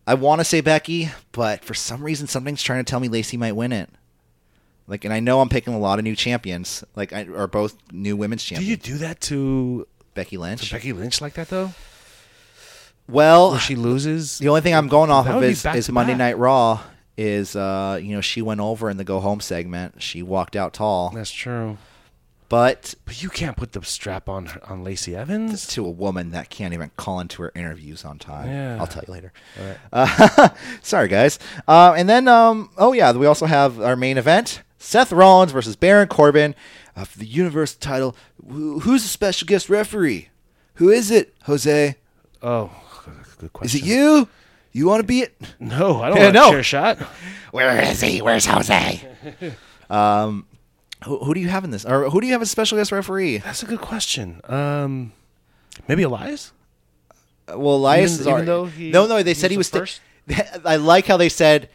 S2: I want to say Becky, but for some reason, something's trying to tell me Lacey might win it. Like, and I know I'm picking a lot of new champions, like, I, or both new women's
S3: Do
S2: champions.
S3: you do that to
S2: Becky Lynch.
S3: Becky Lynch like that though?
S2: well,
S3: Where she loses?
S2: the only thing I'm going off
S3: That
S2: of
S3: would be
S2: is,
S3: back
S2: is
S3: to
S2: Monday
S3: back.
S2: Night Raw. Is uh, you know, she went over in the go home segment. She walked out tall,
S3: That's true.
S2: but
S3: But you can't put the strap on her- on Lacey Evans.
S2: to a woman that can't even call into her interviews on time.
S3: Yeah.
S2: I'll tell you later. Uh, (laughs) sorry, guys. Uh, and then, um, oh yeah, we also have our main event: Seth Rollins versus Baron Corbin uh, for the Universe title. Who, who's the special guest referee? Who is it, Jose?
S3: Oh, good- good
S2: Is
S3: question.
S2: it you? You want to be it?
S3: No, I don't
S2: Yeah,
S3: want
S2: no.
S3: a chair shot.
S2: Where is he? Where's Jose? um, who, who do you have in this? Or who do you have as special guest referee?
S3: That's a good question. Um, maybe Elias.
S2: Well, Elias
S3: Even-
S2: is already-
S3: even though he-
S2: no, no. They
S3: he
S2: said he was.
S3: was the
S2: sta- (laughs) I like how they said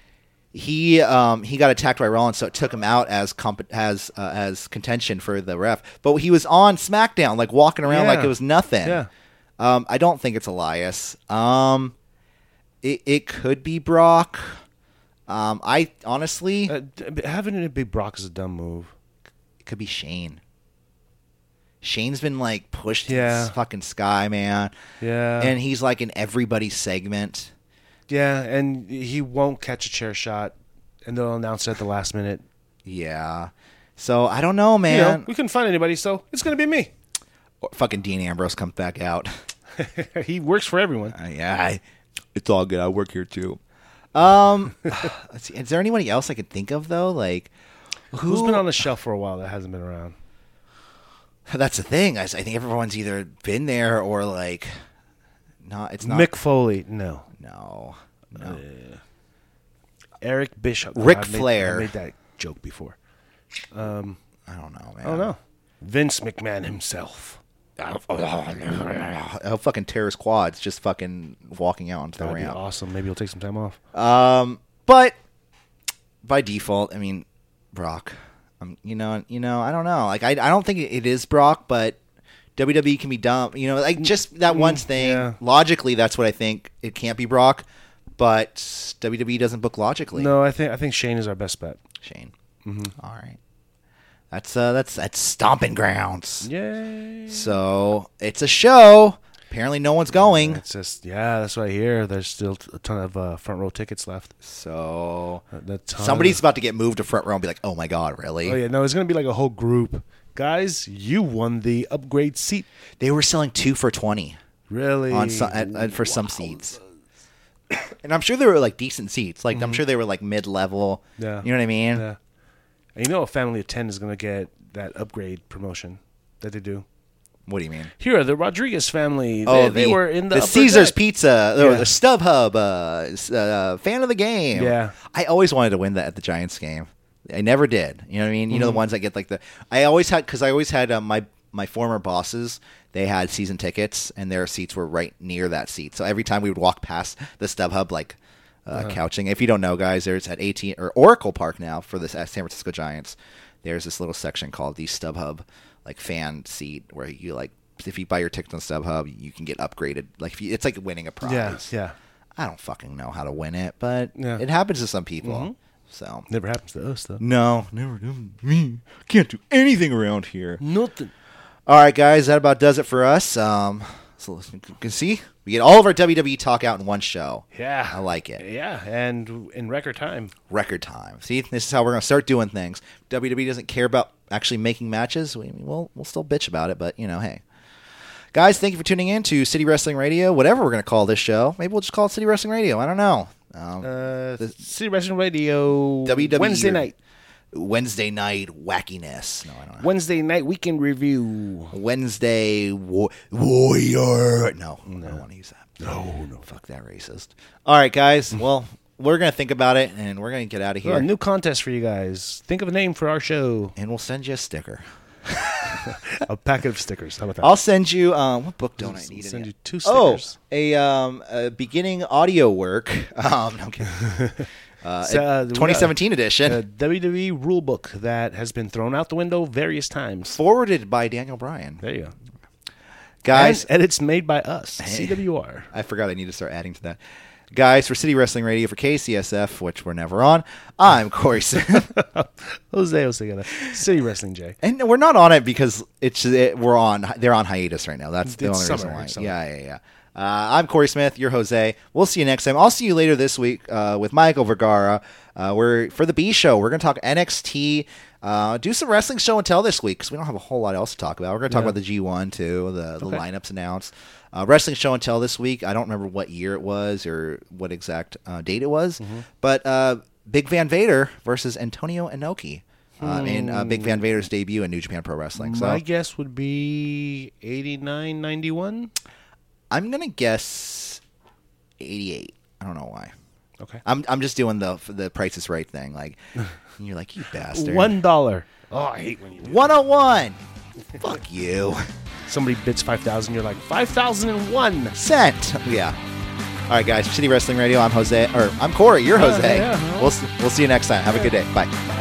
S2: he um, he got attacked by Rollins, so it took him out as comp- as uh, as contention for the ref. But he was on SmackDown, like walking around like
S3: Yeah.
S2: it was nothing.
S3: Yeah.
S2: Um, I don't think it's Elias. Um, it it could be Brock. Um, I honestly,
S3: Uh, d- having it be Brock is a dumb move.
S2: it could be Shane. Shane's been like pushed to
S3: Yeah.
S2: this fucking sky, man.
S3: Yeah.
S2: and he's like in everybody's segment.
S3: Yeah, and he won't catch a chair shot, and they'll announce it at the last minute.
S2: Yeah. So I don't know,
S3: You
S2: man.
S3: know, we couldn't find anybody, so it's gonna be me.
S2: Or fucking Dean Ambrose comes back out.
S3: (laughs)
S2: (laughs)
S3: he works for everyone.
S2: Uh, yeah, I- it's all good. I work here too. Um, (sighs) let's see, is there anybody else I could think of though? Like, (sighs)
S3: Who's been on the shelf for a while that hasn't been around?
S2: that's the thing. I, s- I think everyone's either been there or like, not. It's not.
S3: Mick Foley, no.
S2: No, no.
S3: Eric Bishop,
S2: Ric
S3: I made-
S2: Flair.
S3: I made that joke before.
S2: I don't know, man. (laughs)
S3: Oh no, Vince McMahon himself.
S2: He'll Oh, fucking tear his quads just fucking walking out onto the
S3: That'd be
S2: ramp.
S3: awesome. Maybe he'll take some time off.
S2: But by default, I mean Brock. Um, you know, you know, I don't know. Like I, I don't think it is Brock, but WWE can be dumb. You know, like just that one thing.
S3: Mm, yeah.
S2: Logically, that's what I think. It can't be Brock, but WWE doesn't book logically.
S3: no, Mm-hmm. I think I think Shane is our best bet.
S2: Shane. All right. That's uh, that's that's stomping grounds.
S3: Yay!
S2: So it's a show. Apparently, no one's going.
S3: It's just yeah, that's what I hear. There's still a ton of uh, front row tickets left.
S2: So
S3: A ton
S2: somebody's
S3: of-
S2: about to get moved to front row and be like, "Oh my god, really?"
S3: Oh yeah, no, it's gonna be like a whole group. Guys, you won the upgrade seat.
S2: They were selling two for twenty.
S3: Really?
S2: on some, at, at- for some seats. (coughs) And I'm sure they were like decent seats. Like I'm sure they were like mid level.
S3: Mm-hmm. Yeah.
S2: You know what I mean?
S3: Yeah. And you know a family of 10 is going to get that upgrade promotion that they do.
S2: What do you mean?
S3: Here are the Rodriguez family.
S2: Oh,
S3: they, they
S2: the-
S3: were in the, upper
S2: Caesar's
S3: deck.
S2: Pizza or
S3: Yeah.
S2: the StubHub uh, s- uh, fan of the game.
S3: Yeah.
S2: I always wanted to win that at the Giants game. I never did. You know what I mean? You know
S3: Mm-hmm.
S2: the ones that get like the. I always had because I always had uh, my my former bosses. They had season tickets and their seats were right near that seat. So every time we would walk past the StubHub, like. Uh,
S3: Uh-huh.
S2: Couching. If you don't know, guys, there's at AT or Oracle Park now for the San Francisco Giants. There's this little section called the StubHub, like fan seat, where you like if you buy your tickets on StubHub, you can get upgraded. Like if you, it's like winning a prize.
S3: Yeah, yeah.
S2: I don't fucking know how to win it, but
S3: Yeah. Mm-hmm.
S2: it happens to some people. So
S3: Never happens to us, though.
S2: no, never do me. Can't do anything around here.
S3: Nothing.
S2: All right, guys, that about does it for us. Um, so listen, you can see we get all of our WWE talk out in one show.
S3: Yeah.
S2: I like it.
S3: Yeah, and in record time.
S2: Record time. See, this is how we're gonna start doing things. WWE doesn't care about actually making matches. We we'll we'll still bitch about it, but you know, hey. Guys, thank you for tuning in to City Wrestling Radio, whatever we're going to call this show. Maybe we'll just call it City Wrestling Radio. I don't know. Um,
S3: Uh,
S2: This-
S3: City Wrestling Radio.
S2: WWE
S3: Wednesday
S2: or-
S3: night.
S2: E. Wednesday night wackiness. No, I don't know.
S3: Wednesday night weekend review.
S2: Wednesday wa- warrior. No, I don't want to use that. No, no. Fuck that racist. All right, guys. Well, we're gonna think about it, and we're gonna get out of
S3: Oh,
S2: here,
S3: a new contest for you guys. Think of a name for
S2: (laughs)
S3: our show.
S2: and we'll send you a sticker.
S3: a packet of stickers. How about that?
S2: I'll send you. Um, what book don't Oh, I need?
S3: Send
S2: again?
S3: you two
S2: Oh,
S3: stickers.
S2: (laughs)
S3: (laughs)
S2: a um, a beginning audio work. Um, no, I'm kidding. Uh,
S3: So, uh, we got-
S2: 2017 edition,
S3: The WWE E rulebook that has been thrown out the window various times.
S2: forwarded by Daniel Bryan.
S3: There you go.
S2: Guys,
S3: and, and it's made by us, CWR.
S2: I forgot I need to start adding to that. Guys, for City Wrestling Radio for KCSF, which we're never on, I'm Corey Smith. (laughs)
S3: Jose Osegada, City Wrestling J.
S2: and we're not on it because it's it, we're on they're on hiatus right now. That's the
S3: It's
S2: only
S3: summer, it's
S2: reason
S3: summer.
S2: why. Yeah, yeah, yeah. Uh, I'm Corey Smith. You're Jose. We'll see you next time. I'll see you later this week uh, with Michael Vergara. Uh, we're for the B show. We're going to talk NXT, uh, do some wrestling show and tell this week because we don't have a whole lot else to talk about. We're going to talk about the G1 too, the, the lineups announced. Uh, wrestling show and tell this week. I don't remember what year it was or what exact uh, date it was, but uh, Big Van Vader versus Antonio Inoki uh, in uh, Big Van Vader's debut in New Japan Pro Wrestling. So
S3: My guess would be 89, 91.
S2: I'm gonna guess 88. I don't know why.
S3: Okay.
S2: I'm I'm just doing the the Price is Right thing.
S3: (laughs)
S2: Like, and you're like you bastard.
S3: One dollar. Oh, I hate when you do
S2: 101. Fuck you.
S3: that. Somebody bids 5,000, you're like, 5,001.
S2: Cent. Yeah. All right, guys. City Wrestling Radio. I'm Jose, or I'm Corey. You're Jose.
S3: Oh, yeah.
S2: We'll s- we'll see you next time. Have a good day. Bye.